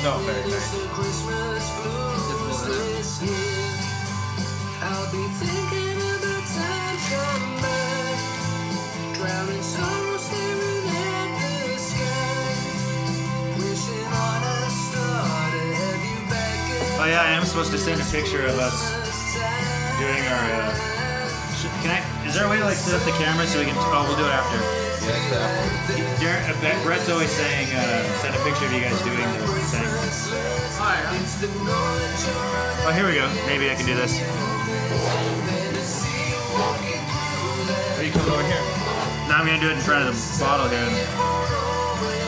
D: not very nice.
B: Oh yeah, I am supposed to send a picture of us doing our. Uh, sh- can I? Is there a way to like set up the camera so we can? Oh, we'll do it after. Darren, uh, Bre- Brett's always saying, uh, send a picture of you guys doing the thing. Oh, here we go. Maybe I can do this.
D: Are you coming over here?
B: Now I'm gonna do it in front of the bottle here.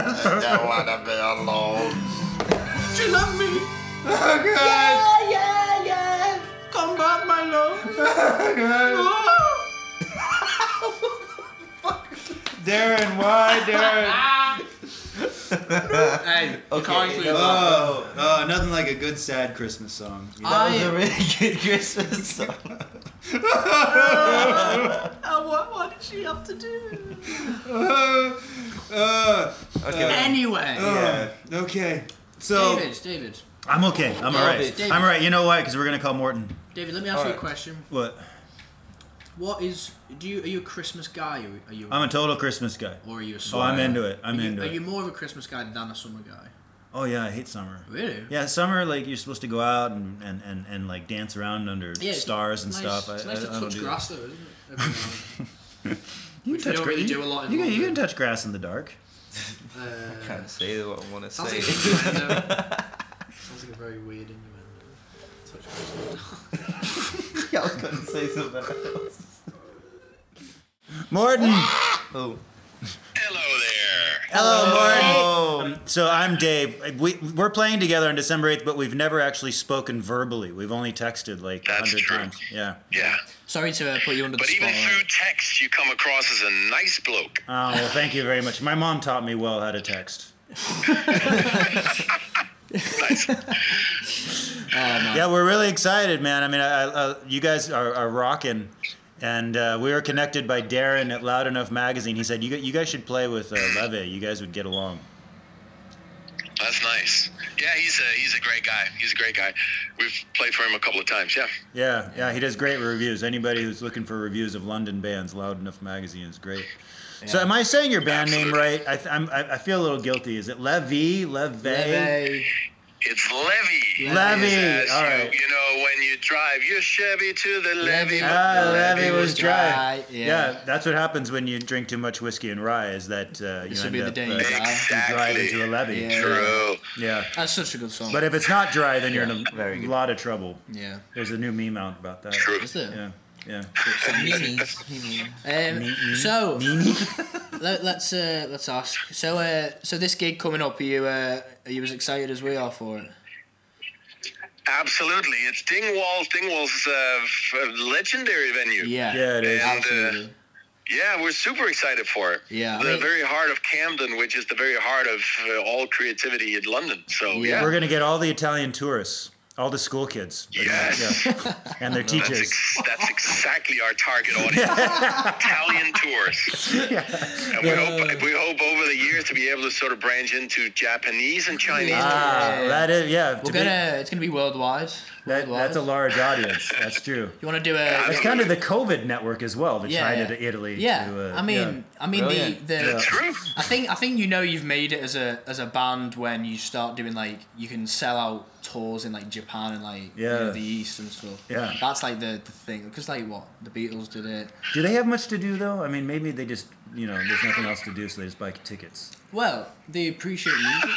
A: I don't wanna be
I: Oh,
A: alone.
B: Darren, why, Darren?
C: Hey, you can't include that.
B: oh, oh, nothing like a good sad Christmas song. You know?
D: That was a really good Christmas song.
B: Uh, uh, Oh,
C: Anyway,
D: Yeah.
B: okay. So
C: David, David,
B: I'm okay. I'm all right.
C: David.
B: I'm all right. You know why? Because we're gonna call Morton.
C: David. Let me ask you a question.
B: What?
C: What is? Do you are you a Christmas guy? Or are you?
B: I'm a total Christmas guy.
C: or are you a
B: Oh,
C: summer?
B: I'm into it. I'm
C: are you,
B: into
C: Are
B: it.
C: you more of a Christmas guy than a summer guy?
B: Oh yeah, I hate summer.
C: Really?
B: Yeah, summer like you're supposed to go out and, and, and, and like dance around under
C: Yeah, it's
B: stars and
C: nice,
B: stuff.
C: It's
B: I,
C: nice
B: I,
C: to
B: I don't
C: touch
B: do
C: grass, though, isn't it? Every now and
B: That. You
C: Which
B: can
C: we
B: touch
C: don't
B: gra-
C: really
B: you-
C: do a lot in
B: You can, you can
C: London.
B: touch grass in the dark.
C: then. Uh,
D: Can't say what I want to
C: Sounds like,
D: say.
C: an innuendo. sounds like a very weird innuendo. Touch grass.
D: I was going to say something else.
B: Morton.
D: Oh.
I: Hello there.
D: Hello, Morton.
B: So I'm Dave. We we're playing together on December eighth, but we've never actually spoken verbally. We've only texted like a
I: That's
B: hundred
I: true.
B: times. Yeah.
I: Yeah.
C: Sorry to uh, put you under
I: But
C: the
I: even
C: spotlight.
I: through text, you come across as a nice bloke.
B: Oh well, thank you very much. My mom taught me well how to text.
I: Nice.
B: Yeah, we're really excited, man. I mean, I, I, uh, you guys are, are rocking, and uh, we were connected by Darren at Loud Enough Magazine. He said you gu- you guys should play with uh, Leve. You guys would get along.
I: That's nice. Yeah, he's a he's a great guy. He's a great guy. We've played for him a couple of times. Yeah.
B: Yeah, yeah, he does great reviews. Anybody who's looking for reviews of London bands, Loud Enough Magazine is great. So, am I saying your band name right? I, th- I'm, I I feel a little guilty. Is it Levy? Leve?
C: Leve.
I: It's Levy.
B: Levy,
I: Yes,
B: all
I: you-
B: right.
I: You, know when you drive your Chevy to the levy.
C: Levy.
B: Ah, Levy,
C: Levy
B: was
C: Oh, was
B: dry.
C: dry,
B: Yeah.
C: yeah.
B: that's what happens when you drink too much whiskey and rye. Is that uh, you
C: This will
B: end
C: be the
B: up
C: day
B: uh,
C: you die.
B: you drive
I: Exactly.
B: into a levy.
C: Yeah.
I: True.
B: Yeah.
C: That's such a good song.
B: But if it's not dry, then you're in a
D: very good.
B: lot of trouble.
C: yeah.
B: There's a new meme out about that.
I: True.
C: Is there?
B: Yeah, yeah.
C: Um, so let, let's uh, let's ask. So uh, so this gig coming up, are you uh, are you as excited as we are for it?
I: Absolutely. It's Dingwall. Dingwall's uh, f- a legendary venue. uh,
C: Yeah.
B: Yeah, it is.
I: Yeah.
C: Absolutely.
I: Yeah, we're super excited for it.
C: Yeah, I
I: The
C: mean-
I: very heart of Camden, which is the very heart of uh, all creativity in London. So Oh, yeah,
C: Yeah.
B: We're gonna get all the Italian tourists, all the school kids,
I: Yes.
B: Yeah. and their
I: that's,
B: teachers.
I: ex- that's exactly our target audience. Italian tours. And we hope we hope over the years to be able to sort of branch into Japanese and Chinese.
B: Ah, that is yeah. to
C: We're
B: be-
C: gonna. It's gonna be worldwide.
B: that-
C: worldwide.
B: that's a large audience. That's true.
C: You want to do a?
B: It's kind of the COVID network as well, to
C: yeah,
B: China
C: yeah.
B: to Italy.
C: Yeah.
B: to, uh,
C: I mean, I mean the,
D: Brilliant.
C: the
I: That's true.
C: I think I think you know you've made it as a as a band when you start doing like you can sell out tours in like Japan and like you know,
B: Yeah.
C: the East and stuff.
B: Yeah.
C: that's like the, the thing because like what the Beatles did it.
B: do they have much to do though? I mean, maybe they just you know there's nothing else to do, so they just buy tickets.
C: Well, they appreciate music.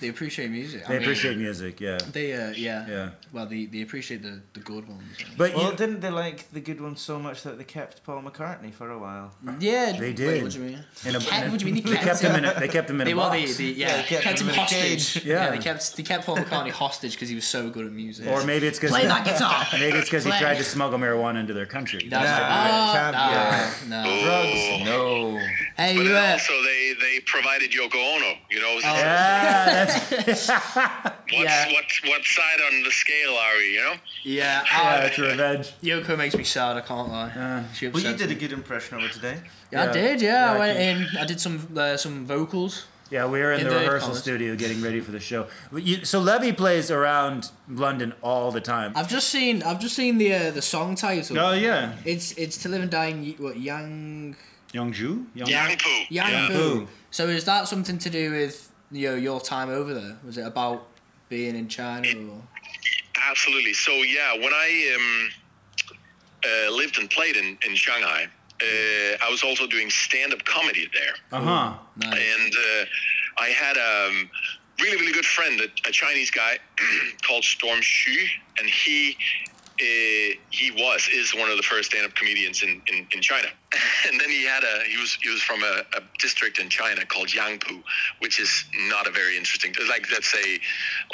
C: They appreciate music.
B: They
C: I mean,
B: appreciate music, yeah.
C: They uh yeah
B: Yeah.
C: Well, they they appreciate the the good ones.
B: But
D: Well,
B: you,
D: didn't they like the good ones so much that they kept Paul McCartney for a while?
C: Yeah.
B: They
C: wait,
B: did.
C: what do you mean?
B: in a,
C: Kept-
B: in a-
C: what do you mean they
B: they
C: kept
B: kept him
C: him?
B: in a, they kept him in
C: They
B: a
C: well, they,
B: box.
C: they yeah,
D: Yeah,
C: they kept, him
D: in a
C: hostage.
D: cage.
B: Yeah.
C: they kept they kept Paul McCartney hostage because he was so good at music.
B: Or maybe it's because
C: play that guitar.
B: maybe it's because he
C: Play.
B: tried to smuggle marijuana into their country.
C: That's
D: Nah, can't be
C: right. Oh, no, no.
I: Oh.
D: No.
C: Hey,
I: But
C: you,
I: then
C: uh, Oh,
I: also, they, they provided Yoko Ono. You know,
B: Yeah, that's
I: what's, what what side on the scale are we? You know,
C: yeah,
B: yeah,
C: I,
B: it's revenge.
C: Yoko makes me sad. I can't lie. she
D: Well, you
C: upsets
D: did a
C: me.
D: good impression of it today.
C: Yeah,
B: Yeah.
C: I did. Yeah,
B: Yeah, I
C: I went in. I did some uh, some vocals.
B: Yeah, we were in,
C: In
B: the,
C: the
B: rehearsal
C: colours.
B: studio getting ready for the show. But you- so Levy plays around London all the time.
C: I've just seen I've just seen the uh, the song title.
B: Oh yeah,
C: It's it's to live and die in Ye- what Yang
B: Youngju. Young-
I: Yang Poo.
C: Yang
I: Yeah.
C: Fu. So is that something to do with you know, your time over there? Was it about being in China or?
I: Absolutely. So yeah, when I um, uh, lived and played in in Shanghai, uh, I was also doing stand up comedy there.
B: Uh huh.
C: Nice.
I: and uh, I had a um, really, really good friend, a, a Chinese guy called Storm Xu, and he uh, he was is one of the first stand-up comedians in, in, in China. and then he had a he was he was from a, a district in China called Yangpu, which is not a very interesting like let's say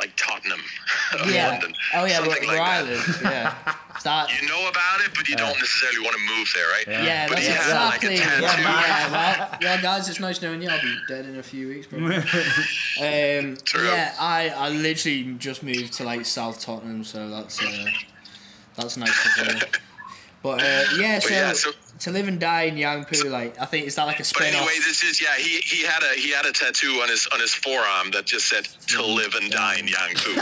I: like Tottenham of
C: Yeah.
I: London.
C: Oh yeah, where,
I: something
C: where I
I: like that.
C: live. Yeah. Is that.
I: You know about it, but you don't necessarily want to move there, right?
C: Yeah,
I: but
C: that's
I: he had like
C: exactly.
I: a
C: Yeah,
I: tattoo.
C: well, well, guys, it's nice knowing you. I'll be dead in a few weeks, probably. Um,
I: True.
C: yeah, I, I literally just moved to like South Tottenham, so that's uh, that's nice to hear. But uh, yeah, so,
I: yeah, so-
C: to live and die in Yangpu, like I think is that like
I: But
C: a spin off?
I: anyway, this is yeah. He, he had a he had a tattoo on his on his forearm that just said "To live and die in Yangpu,"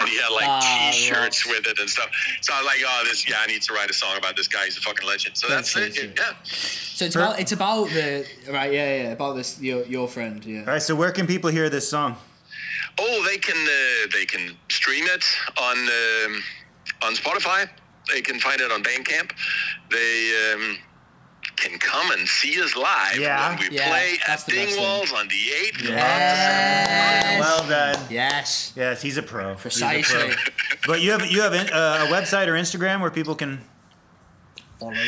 I: and he had like
C: Ah,
I: T-shirts with it and stuff. So I was like, oh, this yeah, I need to write a song about this guy. He's a fucking legend. So that's it.
C: Appreciate
I: Yeah.
C: So it's about it's about the right, yeah, yeah, about this your your friend,
B: All
C: yeah.
B: right. So where can people hear this song?
I: Oh, they can uh, they can stream it on um, on Spotify. They can find it on Bandcamp. They um, can come and see us live
B: Yeah.
I: when we
C: Yeah,
I: play
C: that's
I: at
C: the best thing.
I: Dingwalls on the eighth.
C: Yes.
B: Well done.
C: yes.
B: Yes, he's a pro. He's a pro.
C: Precisely.
B: But you have you have in- uh, a website or Instagram where people can.
C: Follow.
I: Yeah,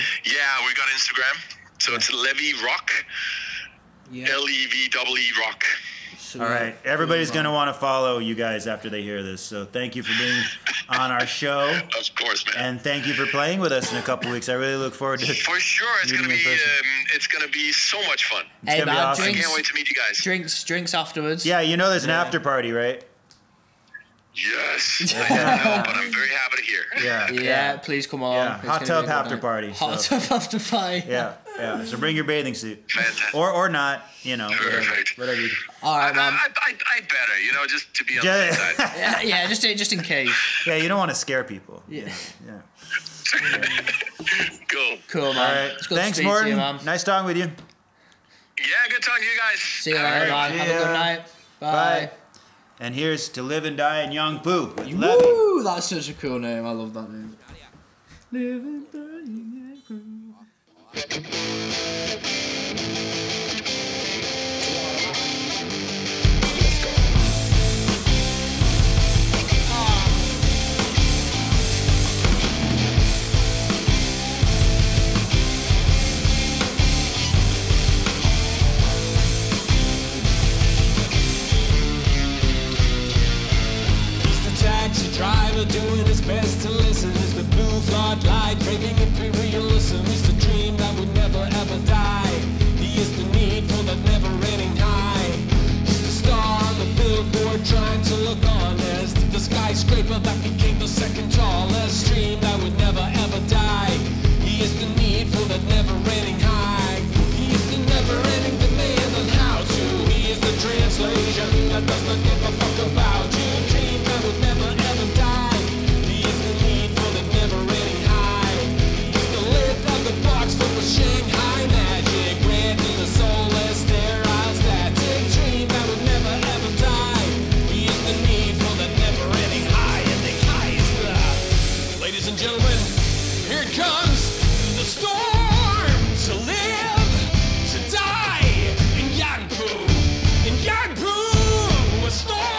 I: we got Instagram. So it's Levy Rock.
C: Yeah.
I: L E V double E rock.
B: All right, everybody's gonna want to follow you guys after they hear this. So thank you for being on our show,
I: Of course, man.
B: and thank you for playing with us in a couple weeks. I really look forward to.
I: For sure, it's
B: Meeting
I: gonna be
B: in person.
I: um, it's gonna be so much fun.
B: gonna
C: Hey
B: be
C: man,
B: awesome.
I: I
C: drinks,
I: can't wait to meet you guys.
C: drinks, drinks afterwards.
B: Yeah, you know there's an after party, right?
I: Yes, I don't know, but I'm very happy to hear.
B: Yeah.
C: Yeah, please come on.
B: Yeah,
C: It's
B: hot
C: gonna be
B: tub
C: a good
B: after
C: night.
B: party,
C: Hot
B: so-
C: tub after party.
B: Yeah, yeah. So bring your bathing suit,
I: Fantastic.
B: or or not, you know, whatever,
I: Perfect.
B: whatever you.
C: All
I: I,
C: right, man.
I: I, I, I better, you know, just to be on the safe side.
B: Yeah,
C: Yeah, yeah, just just in case.
B: yeah, you don't want to scare people.
C: Yeah.
B: Yeah.
I: Cool.
C: Cool,
B: All
C: man.
B: right.
C: It's good to
B: Thanks,
C: speak to
B: Morton.
C: you, man.
B: nice talking with you.
I: Yeah, good talking to you guys.
C: See you later, man. Have a
B: Yeah.
C: good night.
B: Bye.
C: Bye.
B: And here's to live and die in Yangpu with Levy.
C: Woo! That's such a cool name. I love that name. Living through the air.
G: He's the taxi driver doing his best to listen. He's the blue flawed light breaking imperialism. He's the dream that would never ever die. He is the need for that never ending high. He's the star on the billboard trying to look honest. The skyscraper that became the second tallest. Dream that would never ever die. He is the need for that never ending high. He is the never ending demand on how to. He is the translation that does not give a fuck about you. Dream that would never ever die. He is the need for the never ending high. He's the lift of the box for the Shanghai magic. Red in the soulless, sterile static. Dream that would never ever die. He is the need for the never ending high. And the high is the. Ladies and gentlemen, here it comes the storm to live, to die in Yangpu. In Yangpu, a storm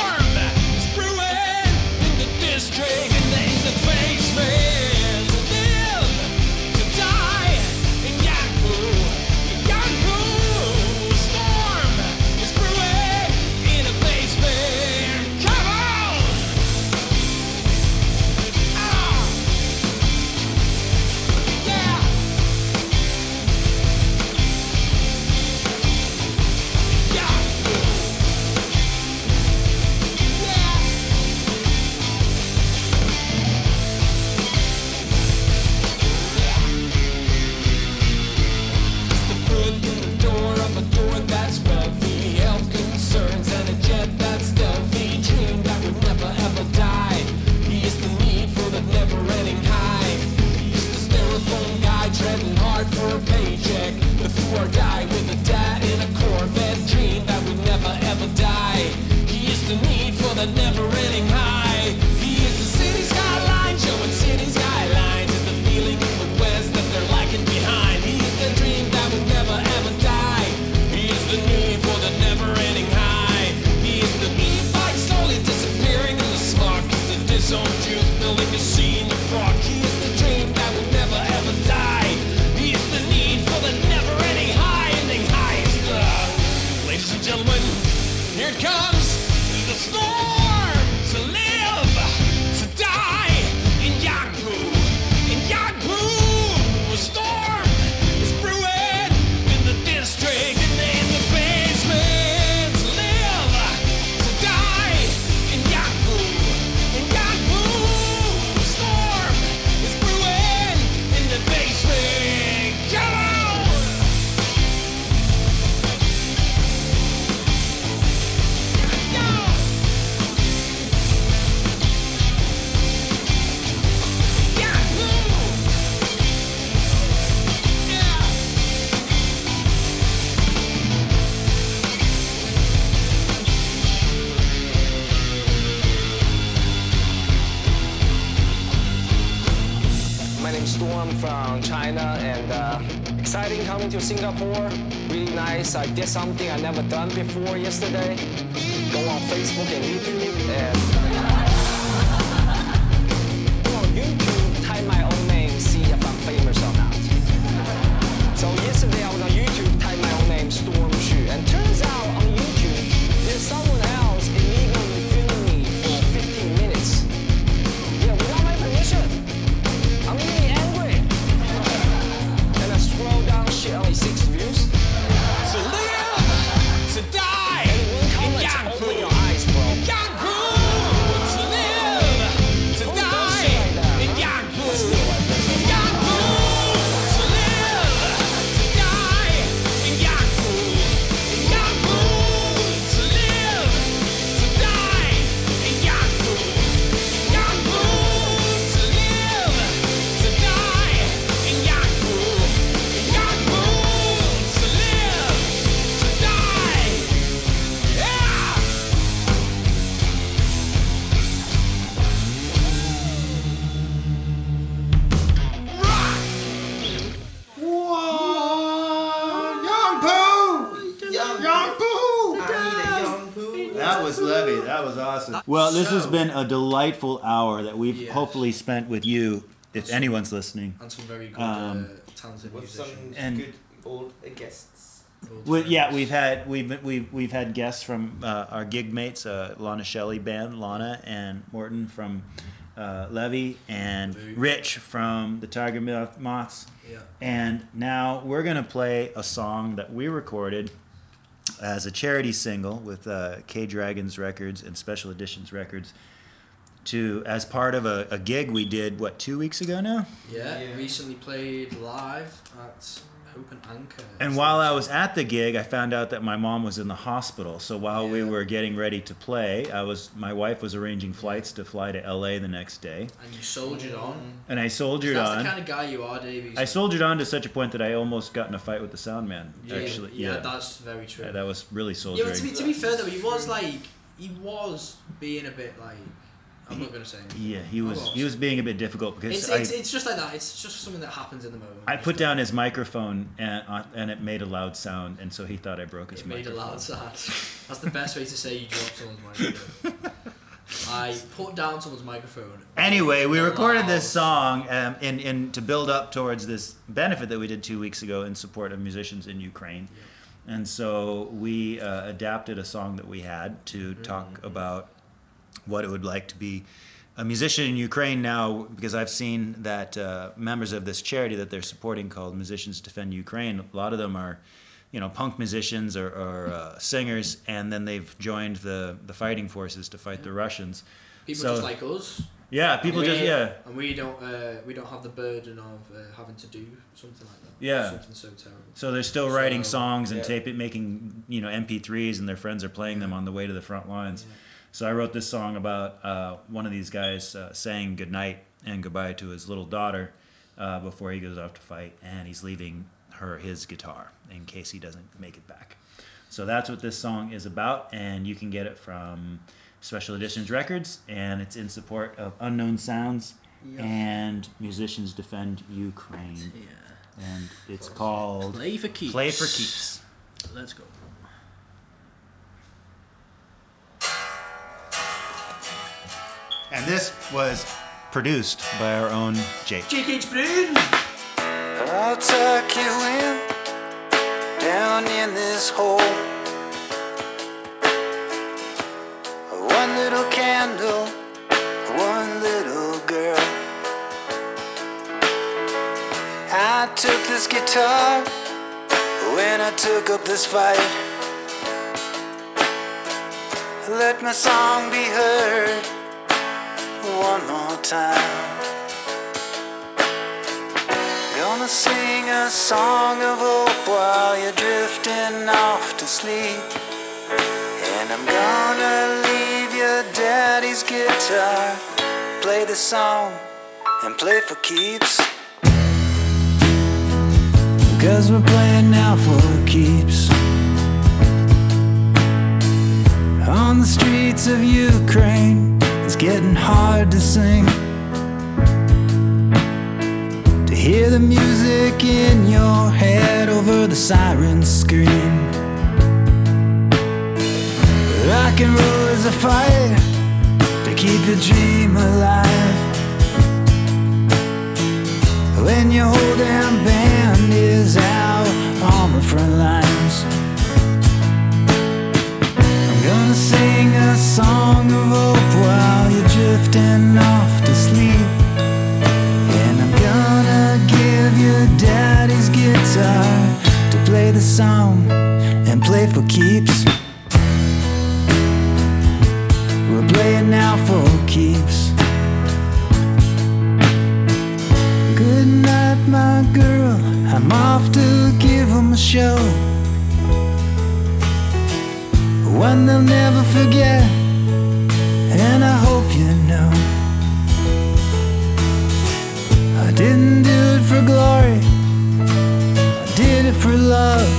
J: from China and uh, exciting coming to Singapore. Really nice. I did something I never done before yesterday. Go on Facebook and YouTube and go on YouTube, type my own name, see if I'm famous or not. So yesterday I was on YouTube, type my own name, Storm Shu, and turns out on YouTube there's someone else illegally filming me for 15 minutes. Yeah, without my permission. I'm really angry. And I scroll down shit, only six views.
A: To live, to die,
J: And one
A: in
J: comment open your
A: Yahoo.
J: eyes, bro.
A: Yahoo! To live, to
J: Who does
A: die,
J: shit like that,
A: in
J: huh?
A: Yahoo.
J: Let's do it.
A: Yahoo! To live, to die, in Yahoo. Yahoo! To live, to die, in Yahoo. Yahoo! To live, to die, in Yahoo. Yahoo! To live, to die. Yeah!
D: Young Pooh! Young, Pooh! I need a young Pooh.
B: That was Levy. That was awesome. Well, this has been a delightful hour that we've
C: Yes.
B: hopefully spent with you, if anyone's listening.
C: And some very good,
B: Um,
C: uh, talented
D: With some
C: musicians.
B: And-
D: good old guests.
C: Old
B: We, yeah,
C: friends.
B: we've had we've been- we've we've had guests from uh, our gig mates, uh, Lana Shelley band, Lana and Morton from uh, Levy, and
C: Levy.
B: Rich from the Tiger Moth- Moths.
C: Yeah.
B: And now we're gonna play a song that we recorded as a charity single with uh, K Dragons Records and Special Editions Records. To as part of a, a gig we did what two weeks ago now.
C: Yeah,
D: Yeah.
C: recently played live at Hope and Anchor.
B: And while I was at the gig, I found out that my mom was in the hospital. So while we
C: Yeah.
B: were getting ready to play, I was my wife was arranging flights to fly to LA the next day,
C: and you soldiered on.
B: and I soldiered
C: That's
B: on.
C: the kind of guy you are, Davies.
B: I soldiered on to such a point that I almost got in a fight with the sound man. actually, yeah,
C: yeah, that's very true.
B: Yeah, that was really
C: Yeah, but
B: soldiering.
C: to be, to be fair though, he was like he was being a bit like I'm not gonna say. Anything.
B: Yeah, he was he was being a bit difficult because
C: It's,
B: I,
C: it's, it's just like that. It's just something that happens in the moment.
B: I put down his microphone and uh, and it made a loud sound, and so he thought I broke his
C: It made a
B: microphone.
C: loud sound. That's the best way to say you dropped someone's microphone. I put down someone's microphone.
B: Anyway, we
C: Loud.
B: recorded this song um, in, in to build up towards this benefit that we did two weeks ago in support of musicians in Ukraine. And so we uh, adapted a song that we had to talk about what it would like to be a musician in Ukraine now, because I've seen that uh, members of this charity that they're supporting called Musicians Defend Ukraine, a lot of them are, you know, punk musicians or, or uh, singers, and then they've joined the, the fighting forces to fight the Russians.
C: People
B: So-
C: just like us.
B: yeah, people
C: we,
B: just yeah.
C: And we don't uh, we don't have the burden of uh, having to do something like that.
B: Yeah.
C: Something so terrible.
B: So they're still writing
C: So, uh,
B: songs and
D: yeah.
B: tape it, making you know MP3s, and their friends are playing them on the way to the front lines. So I wrote this song about uh, one of these guys uh, saying goodnight and goodbye to his little daughter uh, before he goes off to fight, and he's leaving her his guitar in case he doesn't make it back. So that's what this song is about, and you can get it from Special Editions Records, and it's in support of Unknown Sounds and Musicians Defend Ukraine,
C: Yeah.
B: and it's called
C: Play for keeps.
B: Play for keeps.
C: Let's go.
B: And this was produced by our own Jake.
C: JKH Brown.
J: I'll tuck you in down in this hole. One little candle, one little girl. I took this guitar when I took up this fight. Let my song be heard one more time. Gonna sing a song of hope while you're drifting off to sleep. And I'm gonna leave your daddy's guitar. Play the song and play for keeps. Cause we're playing now for keeps. On the streets of Ukraine, it's getting hard to sing to Hear the music in your head over the siren scream. Rock and roll is a fight to keep your dream alive. When your whole damn band is out on the front lines, I'm gonna sing a song of hope while you're drifting off to sleep. And I'm gonna give your daddy's guitar to play the song and play for keeps. We're playing now for keeps. Good night, my girl. I'm off to give 'em a show. One they'll never forget, and I hope you know. I didn't do it for glory, I did it for love.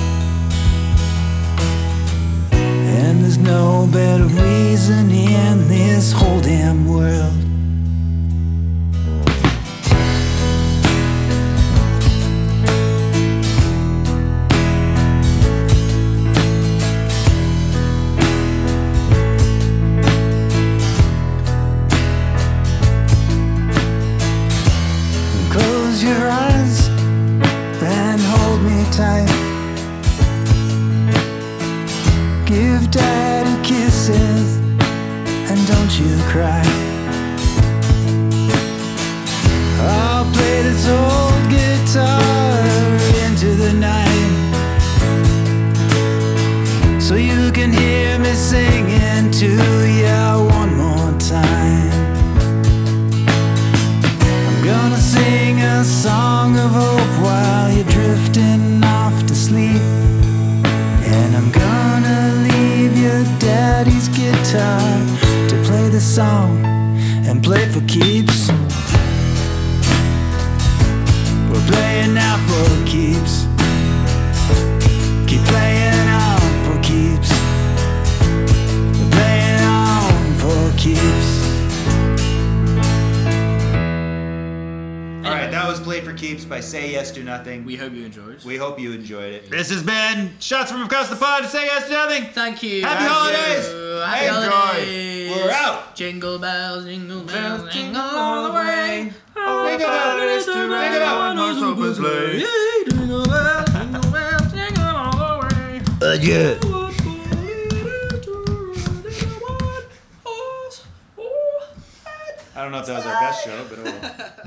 J: And there's no better reason in this whole damn world. Close your eyes and hold me tight. Give daddy kisses and don't you cry. I'll play this old guitar into the night so you can hear me singing to you one more time. I'm gonna sing a song of hope while you're drifting off to sleep. And I'm gonna leave your daddy's guitar to play the song and play for keeps. We're playing out for keeps. Keep playing on for keeps. We're playing on for keeps.
B: All right, that was Play for Keeps by Say Yes Do Nothing.
A: We hope you enjoyed.
B: we hope you enjoyed it. This has been Shots from Across the Pond. Say Yes to Nothing.
A: Thank you.
B: Happy
A: Thank
B: holidays.
A: you. Happy
B: Enjoy.
A: holidays.
B: We're out.
A: Jingle bells, jingle bells,
B: Bells
A: jingle all the way.
B: Think about it, it's too late. Think about it. Horse open sleigh.
A: Jingle bells, jingle bells, jingle all the way. What fun it is to ride in a one-horse open
B: I don't know if that was our best show, but oh well.